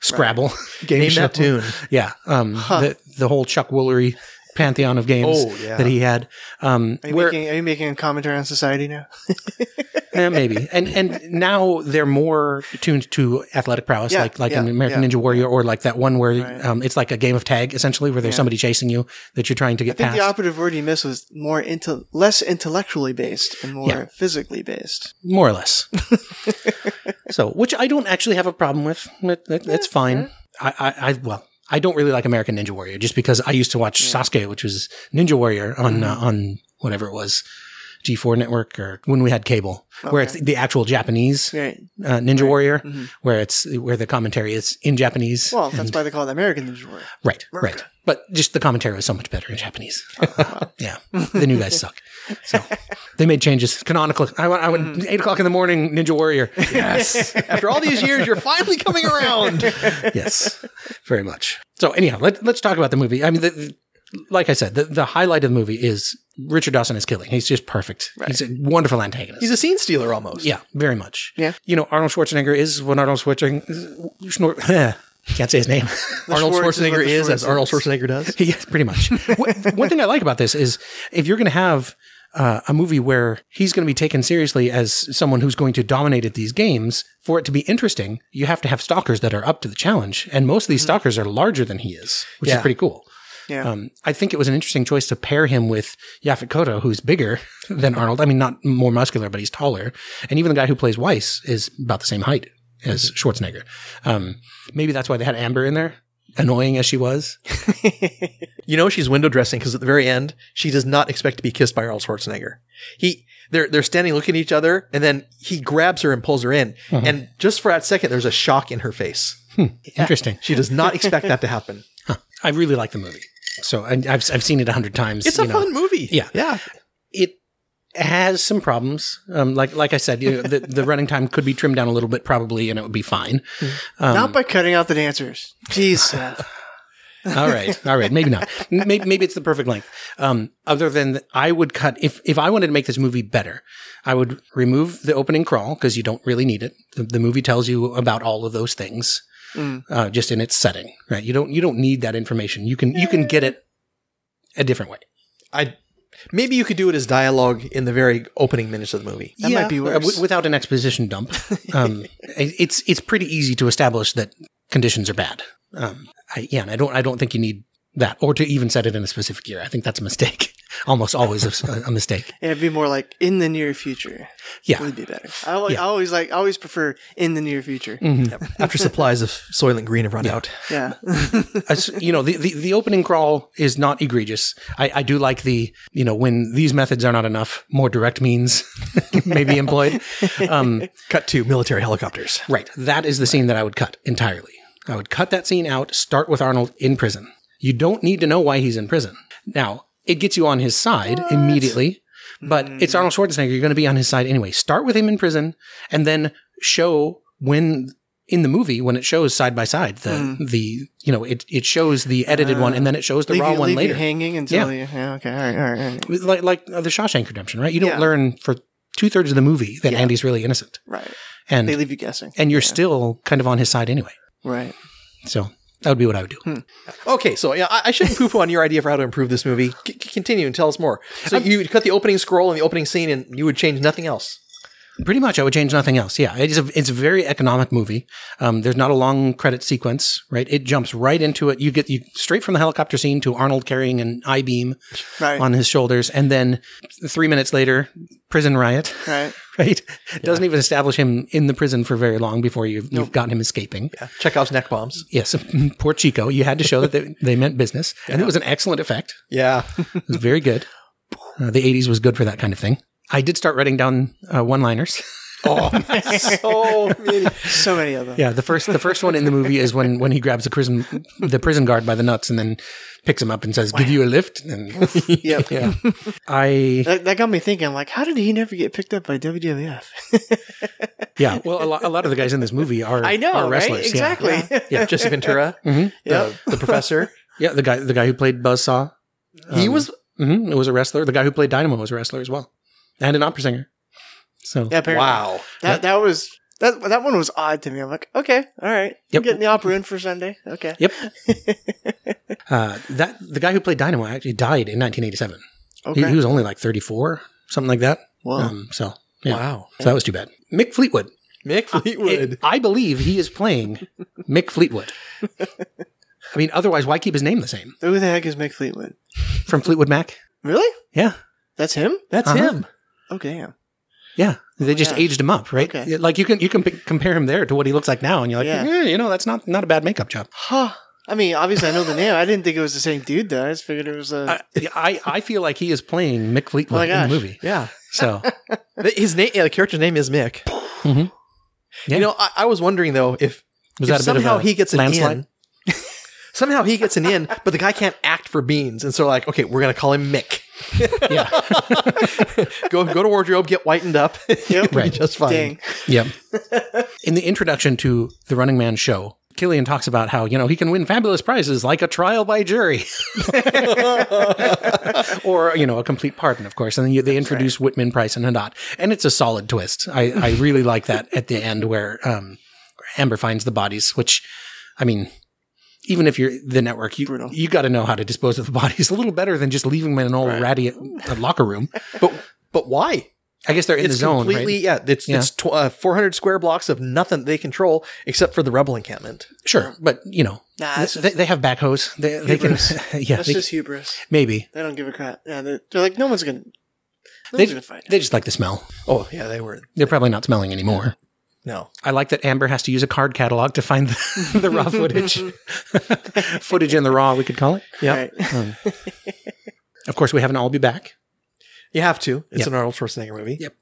S4: Scrabble game
S6: Name
S4: show.
S6: that tune.
S4: Yeah, um, the the whole Chuck Woolery pantheon of games
S6: Oh, yeah.
S4: that he had. Um,
S5: Are you,
S4: where-
S5: making, are you making a commentary on society now?
S4: yeah, Eh, maybe. And and now they're more tuned to athletic prowess,
S5: Yeah,
S4: like like
S5: yeah,
S4: in American
S5: yeah.
S4: Ninja Warrior, or like that one where um, it's like a game of tag essentially, where there's somebody chasing you that you're trying to get
S5: I think the
S4: past.
S5: operative word you missed was more into less intellectually based and more
S4: Yeah.
S5: physically based.
S4: more or less. so, which I don't actually have a problem with. That- that- That's fine. I, I, I, well, I don't really like American Ninja Warrior just because I used to watch Sasuke, which was Ninja Warrior on
S5: Mm-hmm.
S4: uh, on whatever it was, G4 Network or when we had cable, where it's the actual Japanese
S5: Right.
S4: uh, Ninja Warrior, where it's where the commentary is in Japanese.
S5: Well, that's why they call it American Ninja Warrior.
S4: Right, right. But just the commentary was so much better in Japanese. yeah, the new guys suck. So they made changes. Canonical. I went. I went eight o'clock in the morning. Ninja Warrior. Yes,
S6: After all these years, you're finally coming around.
S4: yes, very much. So anyhow, let, let's talk about the movie. I mean, the, the- like I said, the, the highlight of the movie is Richard Dawson is killing. He's just perfect. He's a wonderful antagonist.
S6: He's a scene stealer almost.
S4: yeah, very much.
S5: Yeah.
S4: You know, Arnold Schwarzenegger is what Arnold Schwarzenegger. Schnorr, can't say his name.
S6: Arnold
S5: Schwarz is what
S6: Schwarzenegger
S5: the
S6: is,
S5: Schwarz
S6: as Arnold
S5: is.
S6: Schwarzenegger does.
S4: yes, pretty much. Wh- One thing I like about this is if you're going to have uh, a movie where he's going to be taken seriously as someone who's going to dominate at these games, for it to be interesting, you have to have stalkers that are up to the challenge. And most of
S5: Mm-hmm.
S4: these stalkers are larger than he is, which
S6: Yeah.
S4: is pretty cool.
S5: Yeah.
S4: Um, I think it was an interesting choice to pair him with Yaphet Kotto, who's bigger than Arnold. I mean, not more muscular, but he's taller. And even the guy who plays
S6: Mm-hmm.
S4: Weiss is about the same height as Schwarzenegger. Um, maybe that's why they had Amber in there annoying as she was.
S6: You know she's window dressing because at the very end she does not expect to be kissed by Arnold Schwarzenegger. He they're they're standing looking at each other and then he grabs her and pulls her in and just for that second there's a shock in her face.
S4: Interesting.
S6: She does not expect that to happen.
S4: I really like the movie. So I, I've I've seen it a hundred times.
S6: It's a
S4: you know.
S6: fun movie.
S4: Yeah.
S6: yeah.
S4: It has some problems. Um, like like I said, you know, the, the running time could be trimmed down a little bit probably, and it would be fine. um,
S5: Not by cutting out the dancers. Jeez, Seth.
S4: all right, all right, maybe not. M- Maybe, maybe it's the perfect length. Um, other than th- I would cut if if I wanted to make this movie better, I would remove the opening crawl because you don't really need it. The, the movie tells you about all of those things uh, just in its setting, right? You don't you don't need that information. You can you can get it a different way.
S6: I maybe you could do it as dialogue in the very opening minutes of the movie.
S5: That might be
S4: Uh,
S5: worse.
S4: w- without an exposition dump. Um, it- it's it's pretty easy to establish that conditions are bad. Um, I, yeah, and I don't I don't think you need that or to even set it in a specific year. I think that's a mistake. Almost always a s- a, a mistake.
S5: It'd be more like in the near future.
S4: Yeah,
S5: Would be better. I, al- I always like. I always prefer in the near future.
S4: Mm-hmm.
S6: After supplies of Soylent Green have run out.
S5: Yeah.
S4: As- you know the, the the opening crawl is not egregious. I, I do like the you know when these methods are not enough, more direct means may be employed. Um,
S6: Cut to military helicopters.
S4: Right. That is the scene that I would cut entirely. I would cut that scene out, start with Arnold in prison. You don't need to know why he's in prison. Now, it gets you on his side immediately, but
S5: Hmm.
S4: it's Arnold Schwarzenegger. You're going to be on his side anyway. Start with him in prison and then show when in the movie when it shows side by side the the you know it it shows the edited one and then it shows the
S5: Hmm. Ah. leave
S4: raw
S5: you,
S4: one
S5: leave
S4: later
S5: you hanging until you. Yeah. Okay. All right. All right. All right.
S4: like like uh, the Shawshank Redemption right you don't
S5: Yeah.
S4: learn for two thirds of the movie that Andy's really innocent
S5: right.
S4: and
S5: They leave you guessing.
S4: and you're still kind of on his side anyway
S5: Right.
S4: So that would be what I would
S5: Hmm.
S4: do.
S6: Okay, so yeah, I, I shouldn't poo-poo on your idea for how to improve this movie. C- c- continue and tell us more. So you would cut the opening scroll and the opening scene, and you would change nothing else.
S4: Pretty much, I would change nothing else. Yeah, it's a, it's a very economic movie. Um, there's not a long credit sequence, right? It jumps right into it. You get you straight from the helicopter scene to Arnold carrying an I beam
S5: Right.
S4: on his shoulders, and then three minutes later, prison riot.
S5: Right.
S4: Right, doesn't even establish him in the prison for very long before you've, you've gotten him escaping.
S6: Chekhov's neck bombs.
S4: Yes, poor Chico. You had to show that they, they meant business, and it was an excellent effect.
S6: Yeah,
S4: It was very good. Uh, the 80s was good for that kind of thing. I did start writing down uh, one-liners.
S6: so many.
S5: So many of them.
S4: Yeah, the first the first one in the movie is when when he grabs the prison the prison guard by the nuts and then picks him up and says, "Give you a lift." And
S5: Yep.
S4: yeah, I
S5: That, that got me thinking. Like, how did he never get picked up by WWF?
S4: yeah. Well, a lot, a lot of the guys in this movie are are wrestlers. yeah.
S5: Exactly.
S6: yeah, Jesse Ventura,
S4: Mhm.
S5: Yep.
S6: the professor.
S4: Yeah. the guy the guy who played Buzzsaw,
S6: he was
S4: mm-hmm, was a wrestler. The guy who played Dynamo was a wrestler as well, and an opera singer. So
S5: Yeah, apparently.
S6: wow.
S5: That that was that that one was odd to me. I'm like, okay, all right,
S4: Yep.
S5: I'm getting the opera in for Sunday. Okay.
S4: yep, uh, that the guy who played Dynamo actually died in 1987. He-
S5: Okay.
S4: He, was only like 34, something like that.
S5: Whoa.
S4: Um, so yeah.
S6: Wow,
S4: So that was too bad. Mick Fleetwood.
S6: Mick Fleetwood.
S4: It- I believe he is playing Mick Fleetwood. I mean, otherwise, why keep his name the same?
S5: Who the heck is Mick Fleetwood?
S4: From Fleetwood Mac?
S5: Really?
S4: Yeah.
S5: That's him?
S6: That's
S4: Uh-huh.
S6: him.
S5: Oh damn.
S4: Yeah. They just
S5: yeah.
S4: aged him up, right?
S5: Okay.
S4: Yeah, Like you can you can p- compare him there to what he looks like now, and you're like,
S5: Yeah.
S4: "Eh, you know, that's not not a bad makeup job.
S5: Huh. I mean, obviously I know the name. I didn't think it was the same dude though. I just figured it was a.
S4: I, I I feel like he is playing Mick
S5: Uh, Oh my
S4: Fleetwood in
S5: gosh.
S4: the movie.
S6: Yeah,
S4: So
S6: Th- his name. Yeah, the character's name is Mick.
S4: Mhm. Yeah.
S6: You know, I, I was wondering though if
S4: was
S6: if
S4: that a bit of
S6: somehow
S4: a
S6: he gets an
S4: landslide?
S6: in. somehow he gets an in, but the guy can't act for beans, and so like, okay, we're gonna call him Mick.
S4: Yeah.
S6: go go to wardrobe, get whitened up.
S5: Yep.
S6: You'll be
S4: Right.
S6: just fine.
S5: Dang.
S4: Yep. In the introduction to the Running Man show, Killian talks about how, you know, he can win fabulous prizes like a trial by jury or, you know, a complete pardon, of course. And then you, they introduce Whitman, Price, and Hadot. And it's a solid twist. I, I really like that at the end where um, Amber finds the bodies, which, I mean, even if you're the network, you
S5: Brutal.
S4: you got to know how to dispose of the bodies a little better than just leaving them in an old ratty uh, locker room.
S6: But but why?
S4: I guess they're in
S6: it's
S4: the zone,
S6: completely
S4: right?
S6: yeah. It's
S4: Yeah.
S6: it's tw- uh, 400 square blocks of nothing they control except for the rebel encampment.
S4: Sure, but you know,
S5: Um, Nah,
S4: they,
S5: that's just-
S4: they- they have backhoes. They, they can,
S5: Hubris.
S4: yeah,
S5: That's
S4: they-
S5: just hubris.
S4: Maybe
S5: They don't give a crap. Yeah, they're, they're like, no one's gonna. No
S4: they
S5: one's gonna find it.
S4: they just like the smell.
S6: Oh yeah, they were
S4: They're probably not smelling anymore.
S6: No.
S4: I like that Amber has to use a card catalog to find the, the raw footage. footage in the raw, we could call it.
S6: Yeah.
S5: Right.
S4: um, Of course, we haven't all be back.
S6: You have to. It's
S4: Yep.
S6: an Arnold Schwarzenegger movie.
S4: Yep.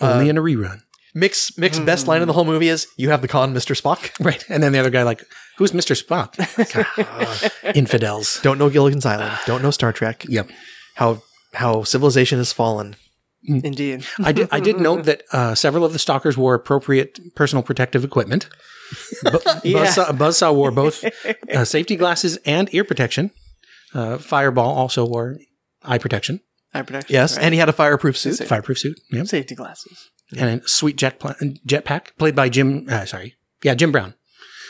S5: Uh,
S4: Only in a rerun.
S6: Mick's, Mick's best line in the whole movie is, "You have the con, Mister Spock."
S4: Right. And then the other guy, like, who's Mr. Spock? Infidels.
S6: Don't know Gilligan's Island. Don't know Star Trek.
S4: Yep.
S6: How how civilization has fallen.
S5: Indeed.
S4: I did, I did note that uh, several of the stalkers wore appropriate personal protective equipment. Bu- Buzzsaw, Buzzsaw wore both uh, safety glasses and ear protection. Uh, Fireball also wore eye protection,
S5: Eye protection.
S6: Yes,
S5: right.
S6: and he had a fireproof suit.
S4: fireproof suit, yep.
S5: safety glasses.
S4: and a sweet jet pla- jetpack played by Jim. Uh, sorry, yeah, Jim Brown.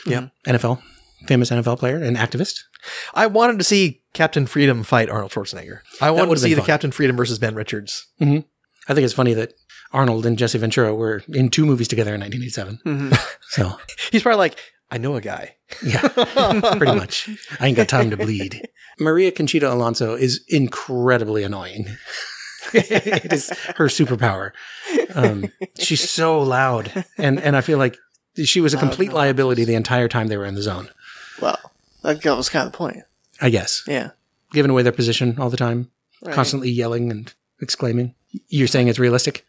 S6: Yep.
S4: NFL, famous NFL player and activist.
S6: I wanted to see Captain Freedom fight Arnold Schwarzenegger. I wanted to
S4: would've
S6: see
S4: been
S6: the
S4: fun.
S6: Captain Freedom versus Ben Richards.
S4: I think it's funny that Arnold and Jesse Ventura were in two movies together in 1987. So
S6: He's probably like, I know a guy.
S4: Yeah, pretty much. I ain't got time to bleed. Maria Conchita Alonso is incredibly annoying. it is her superpower. Um, she's so loud, and and I feel like she was a complete liability the entire time they were in the zone.
S5: Well, that was kind of the point.
S4: I guess
S5: Yeah.
S4: giving away their position all the time,
S5: Right.
S4: constantly yelling and exclaiming. You're saying it's realistic.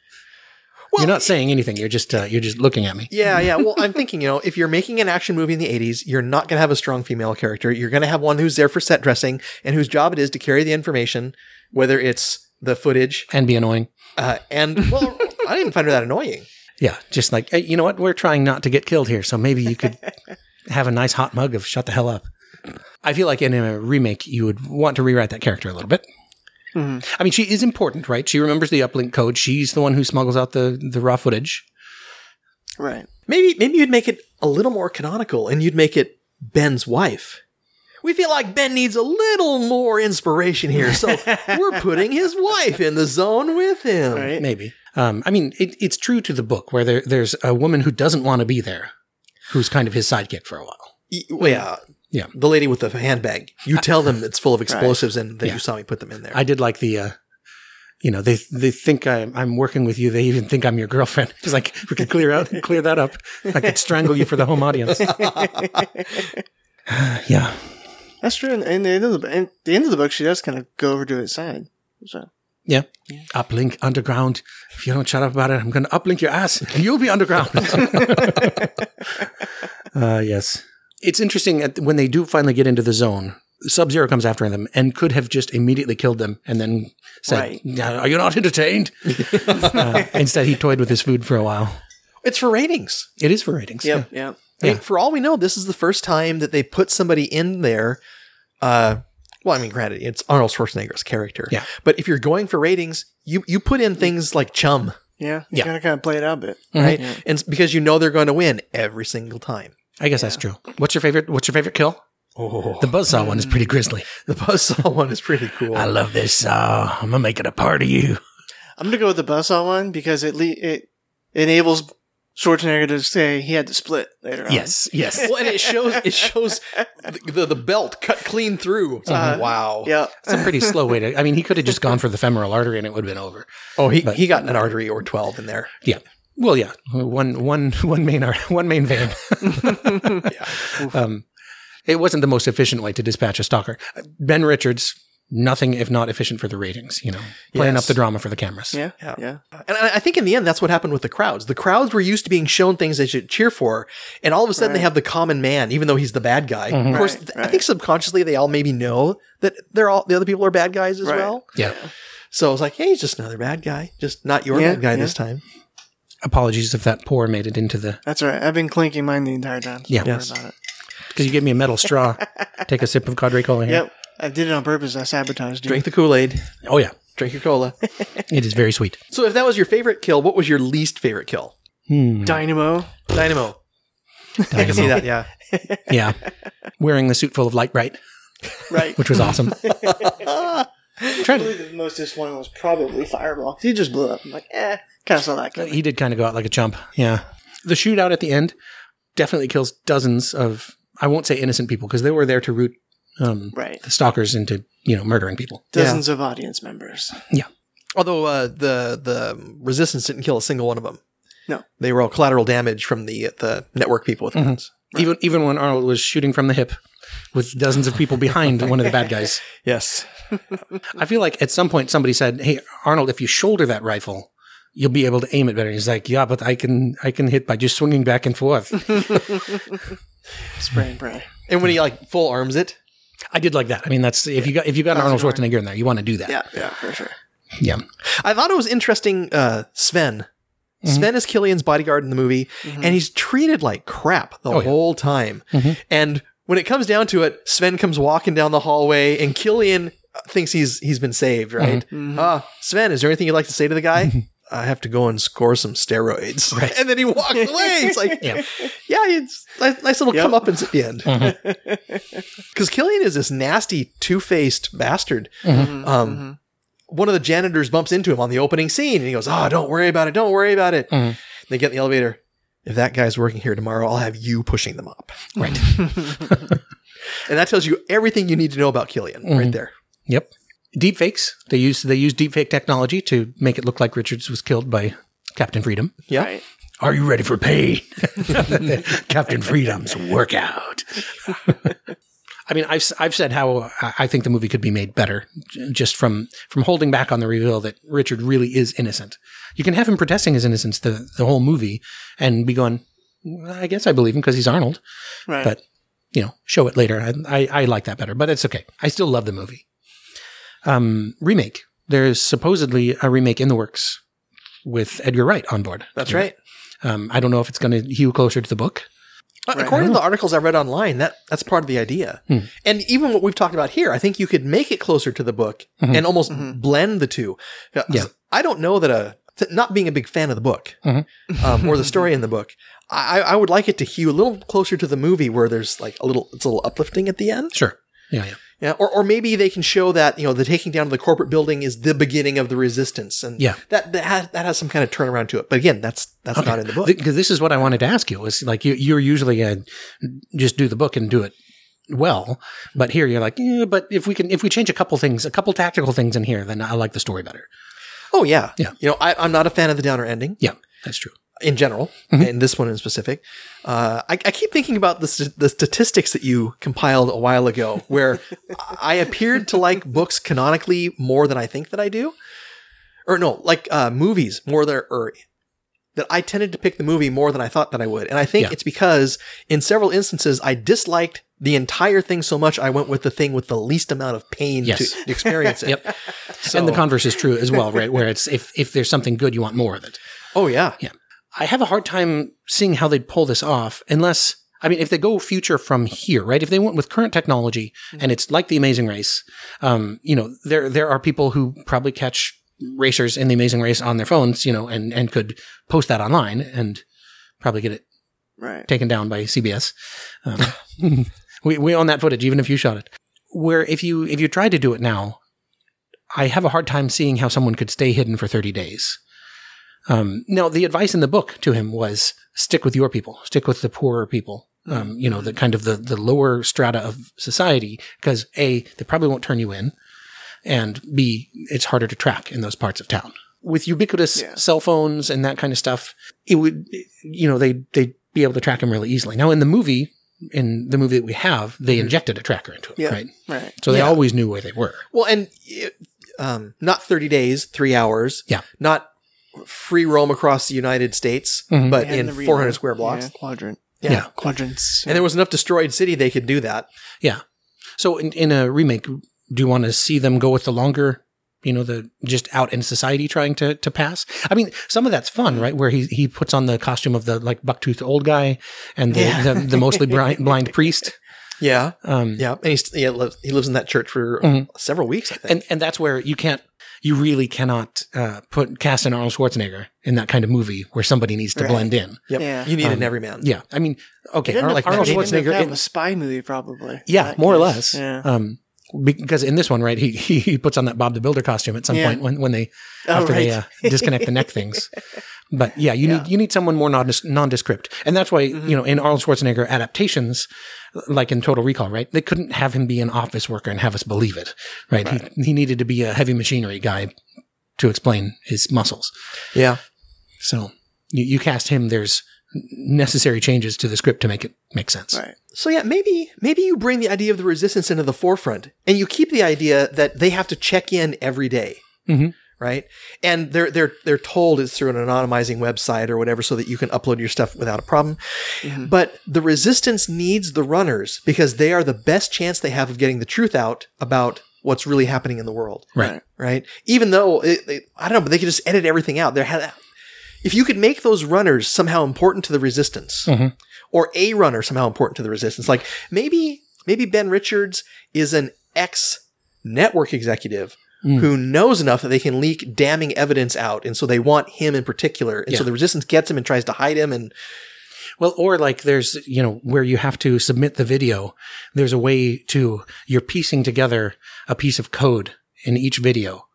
S4: you're not saying anything. You're just uh, you're just looking at me.
S6: Yeah, yeah. Well, I'm thinking, you know, if you're making an action movie in the 80s, you're not going to have a strong female character. You're going to have one who's there for set dressing and whose job it is to carry the information, whether it's the footage
S4: And be annoying.
S6: uh, and, well, I didn't find her that annoying.
S4: Yeah, just like hey, you know what, we're trying not to get killed here, so maybe you could have a nice hot mug of "Shut the hell up." I feel like in a remake, you would want to rewrite that character a little bit. I mean, she is important, right? She remembers the uplink code. She's the one who smuggles out the the raw footage.
S5: Right.
S6: Maybe, maybe you'd make it a little more canonical and you'd make it Ben's wife. We feel like Ben needs a little more inspiration here, so we're putting his wife in the zone with him.
S5: Right.
S4: Maybe. Um, I mean, it, it's true to the book where there, there's a woman who doesn't want to be there, who's kind of his sidekick for a while.
S6: Y- Well, yeah.
S4: Yeah.
S6: The lady with the handbag. You tell them it's full of explosives and that
S4: Yeah.
S6: you saw me put them in there.
S4: I did like the. Uh, you know, they they think I, I'm working with you. They even think I'm your girlfriend. It's like we could clear out clear that up. I could strangle you for the home audience. yeah,
S5: That's true. And, and the end of the and the end of the book, she does kind of go over to his side. So
S4: yeah. Uplink underground. If you don't shut up about it, I'm going to uplink your ass, and you'll be underground. uh, yes, it's interesting at, when they do finally get into the zone. Sub Zero comes after them and could have just immediately killed them and then said,
S5: Right.
S4: "Yeah, "Are you not entertained?" uh, instead, he toyed with his food for a while.
S6: it's for ratings.
S4: It is for ratings. yeah.
S5: yeah.
S6: I mean, for all we know, this is the first time that they put somebody in there. Uh, well, I mean, granted, it's Arnold Schwarzenegger's character.
S4: Yeah.
S6: But if you're going for ratings, you, you put in things like chum,
S5: Yeah. You
S4: Yeah.
S5: gotta kind of play it out a bit.
S4: Mm-hmm.
S6: right? And s- because you know they're going to win every single time.
S4: I guess that's true. What's your favorite? What's your favorite kill? Oh. The buzzsaw one is pretty grisly.
S6: The buzzsaw one is pretty cool.
S4: I love this saw. I'm gonna make it a part of you.
S5: I'm gonna go with the buzzsaw one because it le- it enables Schwarzenegger to say he had to split later on.
S4: Yes, yes.
S6: well, and it shows it shows the, the, the belt cut clean through. It's like, wow.
S5: Uh-huh. Yeah.
S4: It's a pretty slow way to. I mean, he could have just gone for the femoral artery and it would have been over.
S6: Oh, he,
S4: But-
S6: he got an artery or 12 in there.
S4: Yeah. Well, yeah. One, one, one main, ar- one main vein. Um, it wasn't the most efficient way to dispatch a stalker. Ben Richards, nothing if not efficient for the ratings. You know, playing
S6: Yes.
S4: up the drama for the cameras.
S5: Yeah.
S6: Yeah.
S5: Yeah.
S6: And I I think in the end, that's what happened with the crowds. The crowds were used to being shown things they should cheer for, and all of a sudden they
S5: Right.
S6: have the common man, even though he's the bad guy.
S4: Mm-hmm.
S6: Of course,
S5: Right,
S6: th- I
S5: right.
S6: think subconsciously they all maybe know that they're all the other people are bad guys as
S5: Right.
S6: well.
S4: Yeah.
S6: So I was like, hey, he's just another bad guy, just not your
S5: Yeah,
S6: bad guy
S5: yeah.
S6: this time.
S4: Apologies if that pour made it into the
S5: That's all right. I've been clinking mine the entire time.
S4: Yeah.
S5: Don't worry
S4: Yes.
S5: about it.
S4: because you gave me a metal straw. Take a sip of Cadre Cola here.
S5: Yep. I did it on purpose. I sabotaged you.
S6: Drink the Kool Aid,
S4: Oh yeah,
S6: drink your cola.
S4: it is very sweet.
S6: so if that was your favorite kill, what was your least favorite kill?
S5: Mm. Dynamo.
S6: Dynamo. I can see that. Yeah.
S4: Yeah, wearing the suit full of light bright,
S5: Right.
S4: which was awesome.
S5: Probably the most disappointing was probably Fireball. He just blew up. I'm like, eh, kind of saw that coming.
S4: he did kind of go out like a chump. Yeah, the shootout at the end definitely kills dozens of I won't say innocent people because they were there to root um,
S5: Right.
S4: the stalkers into you know murdering people.
S5: Dozens of audience members.
S4: Yeah,
S6: Although uh, the the resistance didn't kill a single one of them.
S5: No.
S6: They were all collateral damage from the the network people with guns.
S4: Even even when Arnold was shooting from the hip with dozens of people behind one of the bad guys.
S6: Yes.
S4: I feel like at some point somebody said, "Hey, Arnold, if you shoulder that rifle, you'll be able to aim it better." He's like, "Yeah, but I can I can hit by just swinging back and forth."
S5: Spray and pray.
S6: And when he like full arms it,
S4: I did like that. I mean, that's if you got if you got an Arnold Schwarzenegger in there, you want to do that.
S5: Yeah, yeah, for sure.
S4: Yeah.
S6: I thought it was interesting. Uh, Sven. Sven is Killian's bodyguard in the movie, and he's treated like crap the
S4: yeah.
S6: whole time. And when it comes down to it, Sven comes walking down the hallway, and Killian thinks he's he's been saved. Right? Ah, Sven, is there anything you'd like to say to the guy? I have to go and score some steroids, and then he walks away. It's like, yeah,
S4: Yeah.
S6: it's nice, nice little comeuppance at the end. Because Killian is this nasty, two faced bastard. Um, One of the janitors bumps into him on the opening scene and he goes, Oh, don't worry about it. Don't worry about it. They get in the elevator. If that guy's working here tomorrow, I'll have you pushing them up.
S4: Right.
S6: And that tells you everything you need to know about Killian right there.
S4: Yep. Deep fakes. They use they use deep fake technology to make it look like Richards was killed by Captain Freedom.
S6: Yeah.
S5: Right.
S4: Are you ready for pay? Captain Freedom's workout. I mean, I've, s- I've said how I I think the movie could be made better j- just from, from holding back on the reveal that Richard really is innocent. You can have him protesting his innocence the, the whole movie and be going, "Well, I guess I believe him because he's Arnold,
S5: Right.
S4: but you know, show it later. I, I, I like that better, but it's okay. I still love the movie. Um, remake. There's supposedly a remake in the works with Edgar Wright on board.
S6: That's right.
S4: Um, I don't know if it's going to hew closer to the book.
S6: Uh, According to the articles I read online, that that's part of the idea.
S4: Hmm.
S6: And even what we've talked about here, I think you could make it closer to the book and almost blend the two. Uh,
S4: Mm-hmm. Yeah.
S6: I don't know that a that not being a big fan of the book
S4: Mm-hmm.
S6: um, or the story in the book, I, I would like it to hew a little closer to the movie where there's like a little it's a little uplifting at the end.
S4: Sure. Yeah, yeah.
S6: Yeah, or, or maybe they can show that you know the taking down of the corporate building is the beginning of the resistance, and
S4: Yeah.
S6: that that has, that has some kind of turnaround to it. But again, that's that's not in the book.
S4: Because this is what I wanted to ask you was like you, you're usually a, just do the book and do it well, but here you're like, yeah, but if we can if we change a couple things, a couple tactical things in here, then I like the story better.
S6: oh yeah,
S4: Yeah.
S6: You know, I, I'm not a fan of the downer ending.
S4: Yeah, that's true.
S6: in general,
S4: Mm-hmm.
S6: and this one in specific. Uh, I, I keep thinking about the, st- the statistics that you compiled a while ago, where I appeared to like books canonically more than I think that I do, or no, like uh, movies more than or that I tended to pick the movie more than I thought that I would, and I think
S4: Yeah.
S6: it's because in several instances I disliked the entire thing so much I went with the thing with the least amount of pain
S4: Yes.
S6: to experience it.
S4: Yep. And the converse is true as well, right? Where it's if if there's something good, you want more of it.
S6: Oh yeah.
S4: Yeah. I have a hard time seeing how they'd pull this off unless I mean if they go future from here, right? If they went with current technology and it's like the Amazing Race, um, you know, there there are people who probably catch racers in the Amazing Race on their phones, you know, and and could post that online and probably get it
S5: Right.
S4: taken down by CBS. Um, we we own that footage, even if you shot it. Where if you if you tried to do it now, I have a hard time seeing how someone could stay hidden for thirty days. Um, now, the advice in the book to him was stick with your people, stick with the poorer people. Um, you know, the kind of the the lower strata of society, because a they probably won't turn you in, and b it's harder to track in those parts of town. With ubiquitous
S5: Yeah.
S4: cell phones and that kind of stuff, it would you know they they'd be able to track him really easily. Now in the movie, in the movie that we have, they injected a tracker into him,
S5: Mm-hmm. Yeah.
S4: right?
S5: Right.
S4: So they always knew where they were.
S6: Well, and um, not 30 days, three hours.
S4: Yeah.
S6: Not free roam across the United States,
S4: Mm-hmm.
S6: but
S5: And
S6: in
S5: the
S6: 400
S5: reader.
S6: square blocks.
S5: Yeah, quadrant.
S6: Yeah.
S4: Yeah.
S5: Quadrants.
S6: And there was enough destroyed city they could do that.
S4: Yeah. So in, in a remake, do you want to see them go with the longer, you know, the just out in society trying to, to pass? I mean, some of that's fun, right? Where he, he puts on the costume of the like bucktooth old guy and the, the, the mostly blind, blind priest.
S6: Yeah.
S4: Um, mm-hmm.
S6: Yeah. And he's, yeah, li- he lives in that church for several weeks, I think.
S4: and, and that's where you can't, you really cannot uh, put cast an Arnold Schwarzenegger in that kind of movie where somebody needs to blend in.
S6: yep.
S5: Yeah.
S6: You need an everyman.
S4: Um, Yeah. I mean, okay.
S5: Didn't
S4: Arnold,
S5: like
S4: Arnold
S5: Arnold
S4: Schwarzenegger. in-
S5: a spy movie, probably.
S4: Yeah,
S5: That
S4: more or
S5: case.
S4: less.
S5: Yeah.
S4: Um, because in this one, right, he he puts on that Bob the Builder costume at some
S5: Yeah.
S4: point when when they
S5: Oh,
S4: after they uh,
S5: right.
S4: disconnect the neck things. But yeah, you need you need someone more nondis- nondescript, and that's why you know in Arnold Schwarzenegger adaptations, like in Total Recall, right, they couldn't have him be an office worker and have us believe it, right? He, he needed to be a heavy machinery guy to explain his muscles.
S6: Yeah.
S4: So you, you cast him, there's necessary changes to the script to make it make sense.
S5: Right.
S6: So yeah, maybe maybe you bring the idea of the resistance into the forefront, and you keep the idea that they have to check in every day,
S4: Mhm.
S6: right? And they're they're they're told it's through an anonymizing website or whatever, so that you can upload your stuff without a problem. But the resistance needs the runners because they are the best chance they have of getting the truth out about what's really happening in the world,
S4: Right.
S6: right? Even though it, it- I don't know, but they could just edit everything out. There had if you could make those runners somehow important to the resistance or a runner somehow important to the resistance. Like maybe maybe Ben Richards is an ex network executive who knows enough that they can leak damning evidence out, and so they want him in particular, and so
S4: Yeah.
S6: the resistance gets him and tries to hide him, and
S4: Well, or like there's, you know, where you have to submit the video, there's a way to, you're piecing together a piece of code in each video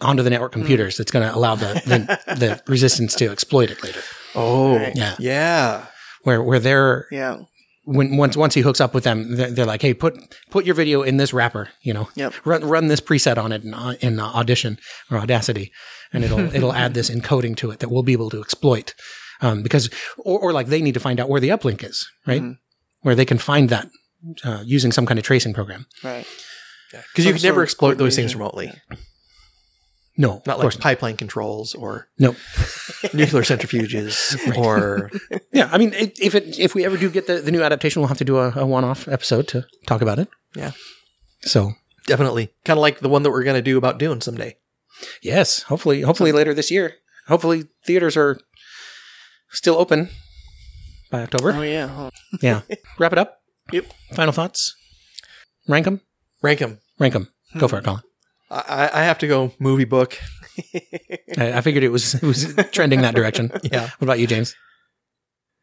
S4: onto the network computers that's going to allow the, the, the resistance to exploit it later.
S6: oh
S4: Yeah.
S6: yeah,
S4: Where, where they're,
S5: Yeah.
S4: when once once he hooks up with them, they're, they're like, "Hey, put put your video in this wrapper, you know,
S5: Yep.
S4: run run this preset on it in, Au- in uh, Audition or Audacity, and it'll it'll add this encoding to it that we'll be able to exploit, um, because or, or like they need to find out where the uplink is, right,
S6: Mm-hmm.
S4: where they can find that uh, using some kind of tracing program.
S5: Right.
S6: because you
S5: Some
S6: can
S5: sort
S6: never
S5: of
S6: exploit those things
S5: coordination.
S6: remotely,
S4: No, of
S6: not
S4: course
S6: like pipeline controls or
S4: no.
S6: nuclear centrifuges or
S4: Yeah, I mean, it, if it if we ever do get the, the new adaptation, we'll have to do a, a one off episode to talk about it.
S6: Yeah.
S4: So
S6: definitely kind of like the one that we're gonna do about Dune someday.
S4: Yes, hopefully, hopefully later this year. Hopefully, theaters are still open by October.
S5: Oh yeah. Huh.
S4: Yeah. Wrap it up.
S5: Yep.
S4: Final thoughts. Rank them.
S6: Rank them.
S4: Rank them. Go for it, Colin.
S6: I, I have to go movie book.
S4: I, I figured it was it was trending that direction.
S6: Yeah.
S4: What about you, James?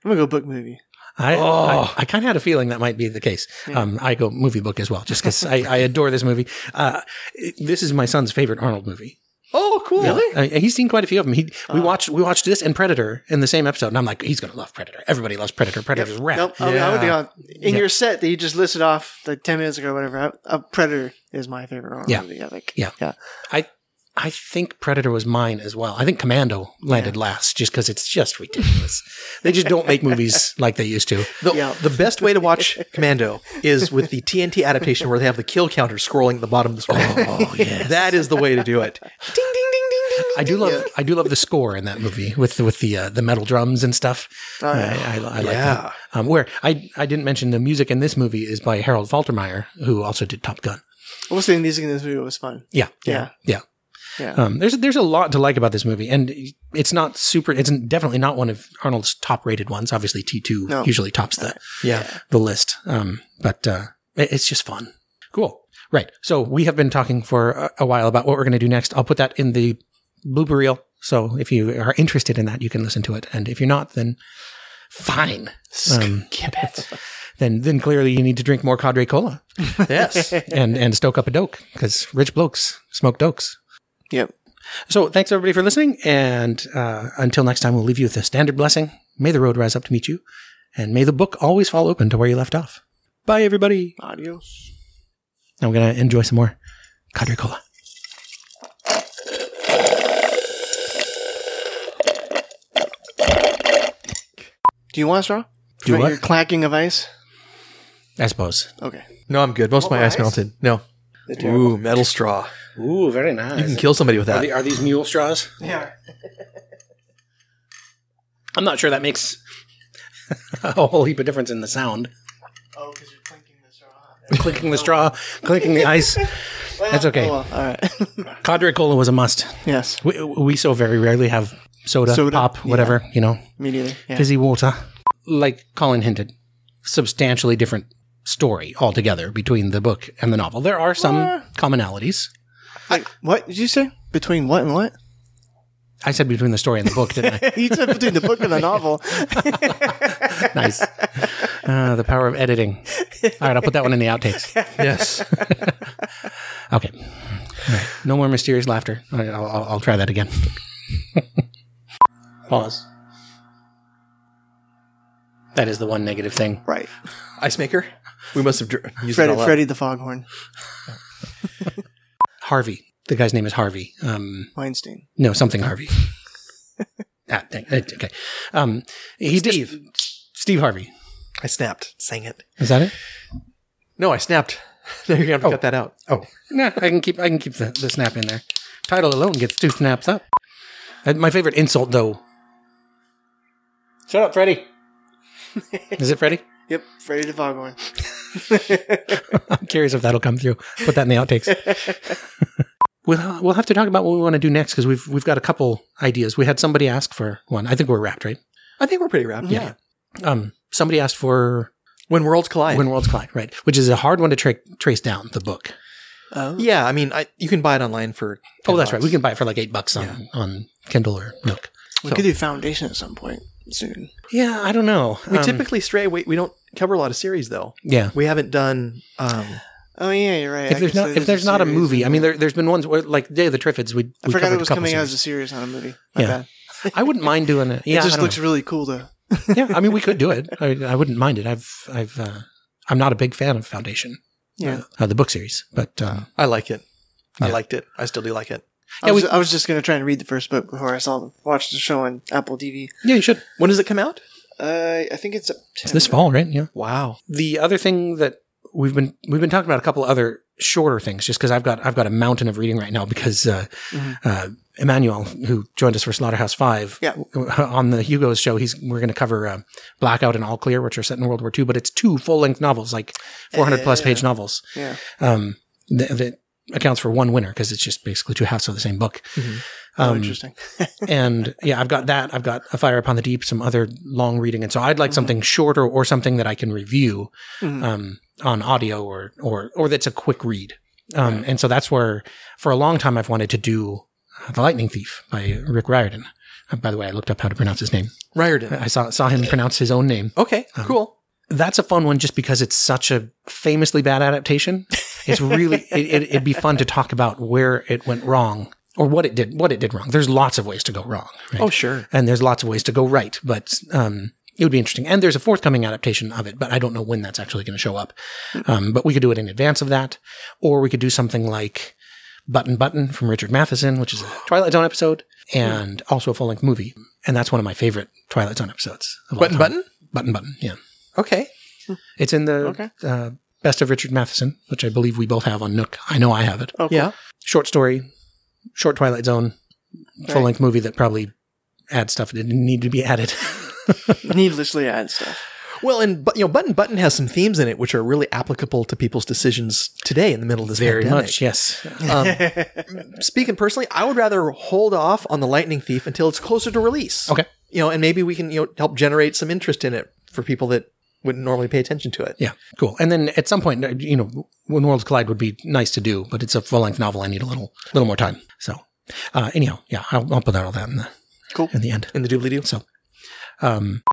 S5: I'm gonna go book movie.
S4: I
S6: Oh.
S4: I, I kind of had a feeling that might be the case. Um, I go movie book as well, just because I, I adore this movie. Uh, it- this is my son's favorite Arnold movie.
S6: Oh, cool. Uh.
S4: Yeah. I- he's seen quite a few of them. He, we watched we watched this and Predator in the same episode, and I'm like, he's gonna love Predator. Everybody loves Predator. Predator's rad.
S5: Nope. Oh, I would- I would
S6: Yeah.
S5: go in your set that you just listed off like ten minutes ago, or whatever. I, uh, Predator is my favorite horror
S4: Yeah.
S5: movie. I think.
S4: Yeah.
S5: Yeah.
S4: I I think Predator was mine as well. I think Commando landed last just because it's just ridiculous. they just don't make movies like they used to.
S6: The,
S5: Yeah.
S6: the best way to watch Commando is with the TNT adaptation where they have the kill counter scrolling at the bottom of the screen. Oh, yeah. That is the way to do it.
S4: I do love I do love the score in that movie with with the uh, the metal drums and stuff.
S5: Oh,
S4: I, I, I like
S6: Yeah.
S4: that. Um, where I I didn't mention the music in this movie is by Harold Faltermeyer, who also did Top Gun.
S5: Also, the music in this movie was fun.
S4: Yeah,
S5: Yeah.
S4: yeah.
S5: Yeah.
S4: Um, there's there's a lot to like about this movie, and it's not super. It's definitely not one of Arnold's top rated ones. Obviously, T two
S5: No. Uh,
S4: usually tops the
S6: Yeah.
S4: the list. Um, but uh, it- it's just fun. Cool. Right. So we have been talking for a, a while about what we're going to do next. I'll put that in the blooper reel. So if you are interested in that, you can listen to it. And if you're not, then fine. Um,
S5: it.
S4: then then clearly you need to drink more Cadre Cola
S6: Yes.
S4: and and stoke up a doke because rich blokes smoke dokes.
S5: Yep.
S4: So thanks everybody for listening, and uh, until next time, we'll leave you with a standard blessing. May the road rise up to meet you, and may the book always fall open to where you left off. Bye everybody.
S5: Adios.
S4: I'm gonna enjoy some more Cadre Cola.
S5: Do you want a straw?
S4: Do
S5: Prevent
S4: what?
S5: Your clacking of ice.
S4: I suppose.
S5: Okay.
S6: No, I'm good. Most of my ice melted. No. Ooh, metal straw.
S4: Ooh, very
S6: You can
S4: nice.
S6: kill somebody with that.
S4: are these mule straws?
S5: Yeah.
S4: I'm not sure that makes a whole heap of difference in the sound.
S5: Oh, because you're clinking the straw.
S4: clinking the straw, clinking the ice. That's okay.
S5: Oh, Well, all right.
S4: Cadre Cola was a must.
S5: yes.
S4: We, we so very rarely have soda,
S5: Soda,
S4: pop,
S5: yeah.
S4: whatever, you know,
S5: Me neither. Yeah.
S4: fizzy water. Like Colin hinted, substantially different story altogether between the book and the novel. There are some commonalities.
S5: Wait, what did you say? Between what and what?
S4: I said between the story and the book, didn't I?
S5: He said between the book and the novel.
S4: Nice. Uh, the power of editing. All right, I'll put that one in the outtakes.
S6: Yes.
S4: Okay. All right, No more mysterious laughter. All right, I'll, I'll, I'll try that again. Pause. That is the one negative thing.
S5: Right.
S6: Ice maker. We must have dr- used it
S5: Freddy,
S6: all up.
S5: Freddy the Foghorn.
S4: Harvey. The guy's name is Harvey. Um,
S5: Weinstein.
S4: no, something Harvey. Ah, thank, uh, okay. Um, he Steve. Steve Harvey.
S6: I snapped. Sang it.
S4: Is that it?
S6: No, I snapped. No, you're gonna have to cut that out.
S4: Oh, no, I can keep I can keep the, the snap in there. Title alone gets two snaps up. And my favorite insult though. Shut up, Freddy. Is it Freddy?
S5: Yep, Freddy the Foghorn.
S4: I'm curious if that'll come through. Put that in the outtakes. we'll we'll have to talk about what we want to do next because we've we've got a couple ideas. We had somebody ask for one. I think we're wrapped, right?
S6: I think we're pretty wrapped.
S4: Yeah. Um, somebody asked for
S6: When worlds collide.
S4: When Worlds Collide, right? Which is a hard one to tra- trace down the book.
S5: Oh.
S6: yeah, I mean, I, you can buy it online for.
S4: Oh, that's right. We
S6: $10.
S4: can buy it for like eight bucks on on Kindle or Nook.
S5: We
S6: So-
S5: could do Foundation at some point soon.
S4: Yeah, I don't know.
S6: We
S4: Um,
S6: typically stray. We, we don't cover a lot of series though.
S4: yeah.
S6: We haven't done. Um,
S5: Oh, yeah, you're right. I
S4: If there's
S5: guess
S4: not
S5: that
S4: if
S5: is
S4: there's not a
S5: series.
S4: movie, I mean, there, there's been ones where like Day of the Triffids. We,
S5: I
S4: we
S5: forgot
S4: covered
S5: it
S4: a
S5: was
S4: couple
S5: coming out as
S4: series.
S5: a series, not a movie. My
S4: Yeah.
S5: bad.
S4: I wouldn't mind doing it. Yeah,
S5: it
S4: I
S5: just
S4: don't
S5: looks
S4: know.
S5: really cool, though.
S4: yeah. I mean, we could do it. I, I wouldn't mind it. I've I've uh, I'm not a big fan of Foundation,
S5: Yeah.
S4: uh, the book series, but uh,
S6: I like it. I
S4: Yeah.
S6: liked it. I still do like it.
S5: I,
S4: Yeah,
S5: was,
S4: we-
S5: I was just going to try and read the first book before I saw watched the show on Apple TV.
S4: yeah, you should.
S6: When does it come out?
S5: Uh, I think it's
S4: It's this fall, right? Yeah.
S6: Wow.
S4: The other thing that we've been we've been talking about a couple other shorter things, just because I've got I've got a mountain of reading right now because uh,
S5: Mm-hmm.
S4: uh, Emmanuel, who joined us for Slaughterhouse Five,
S5: Yeah.
S4: w- on the Hugo's show, he's we're going to cover uh, Blackout and All Clear, which are set in World War II, but it's two full length novels, like 400 plus page novels.
S5: Yeah.
S4: Um, that, that accounts for one winner because it's just basically two halves of the same book.
S5: Oh,
S4: Um,
S5: interesting.
S4: and yeah, I've got that. I've got A Fire Upon the Deep, some other long reading, and so I'd
S6: Mm-hmm.
S4: like something shorter or something that I can review
S5: Mhm.
S4: um, on audio or or or that's a quick read. Um, And so that's where, for a long time, I've wanted to do uh, The Lightning Thief by Rick Riordan. Uh, by the way, I looked up how to pronounce his name.
S6: Riordan.
S4: I saw saw him pronounce his own name.
S6: Okay. cool.
S4: That's a fun one just because it's such a famously bad adaptation. It's really it, it, it'd be fun to talk about where it went wrong or what it did what it did wrong. There's lots of ways to go wrong. right?
S6: Oh sure.
S4: and there's lots of ways to go right, but um, it would be interesting. And there's a forthcoming adaptation of it, but I don't know when that's actually going to show up. Um, but we could do it in advance of that, or we could do something like Button Button from Richard Matheson, which is a Twilight Zone episode, and also a full length movie. And that's one of my favorite Twilight Zone episodes. of all
S6: Button
S4: time.
S6: button.
S4: Button Button, yeah.
S6: Okay.
S4: It's in the
S5: Okay.
S4: uh, Best of Richard Matheson, which I believe we both have on Nook. I know I have it.
S5: Oh, cool.
S6: Yeah.
S4: Short story, short Twilight Zone, full length movie that probably adds stuff that didn't need to be added.
S5: Needlessly add stuff.
S6: Well, and but you know, button button has some themes in it which are really applicable to people's decisions today in the middle of this
S4: Very
S6: pandemic.
S4: much, yes.
S6: Speaking personally, I would rather hold off on the Lightning Thief until it's closer to release.
S4: Okay.
S6: You know, and maybe we can you know help generate some interest in it for people that wouldn't normally pay attention to it.
S4: Yeah, cool. And then at some point, uh, you know, when worlds collide would be nice to do, but it's a full length novel. I need a little little more time. So, uh, anyhow, yeah, I'll, I'll put out all that in the
S5: Cool.
S4: in the end.
S6: In the doobly doo.
S4: So, um,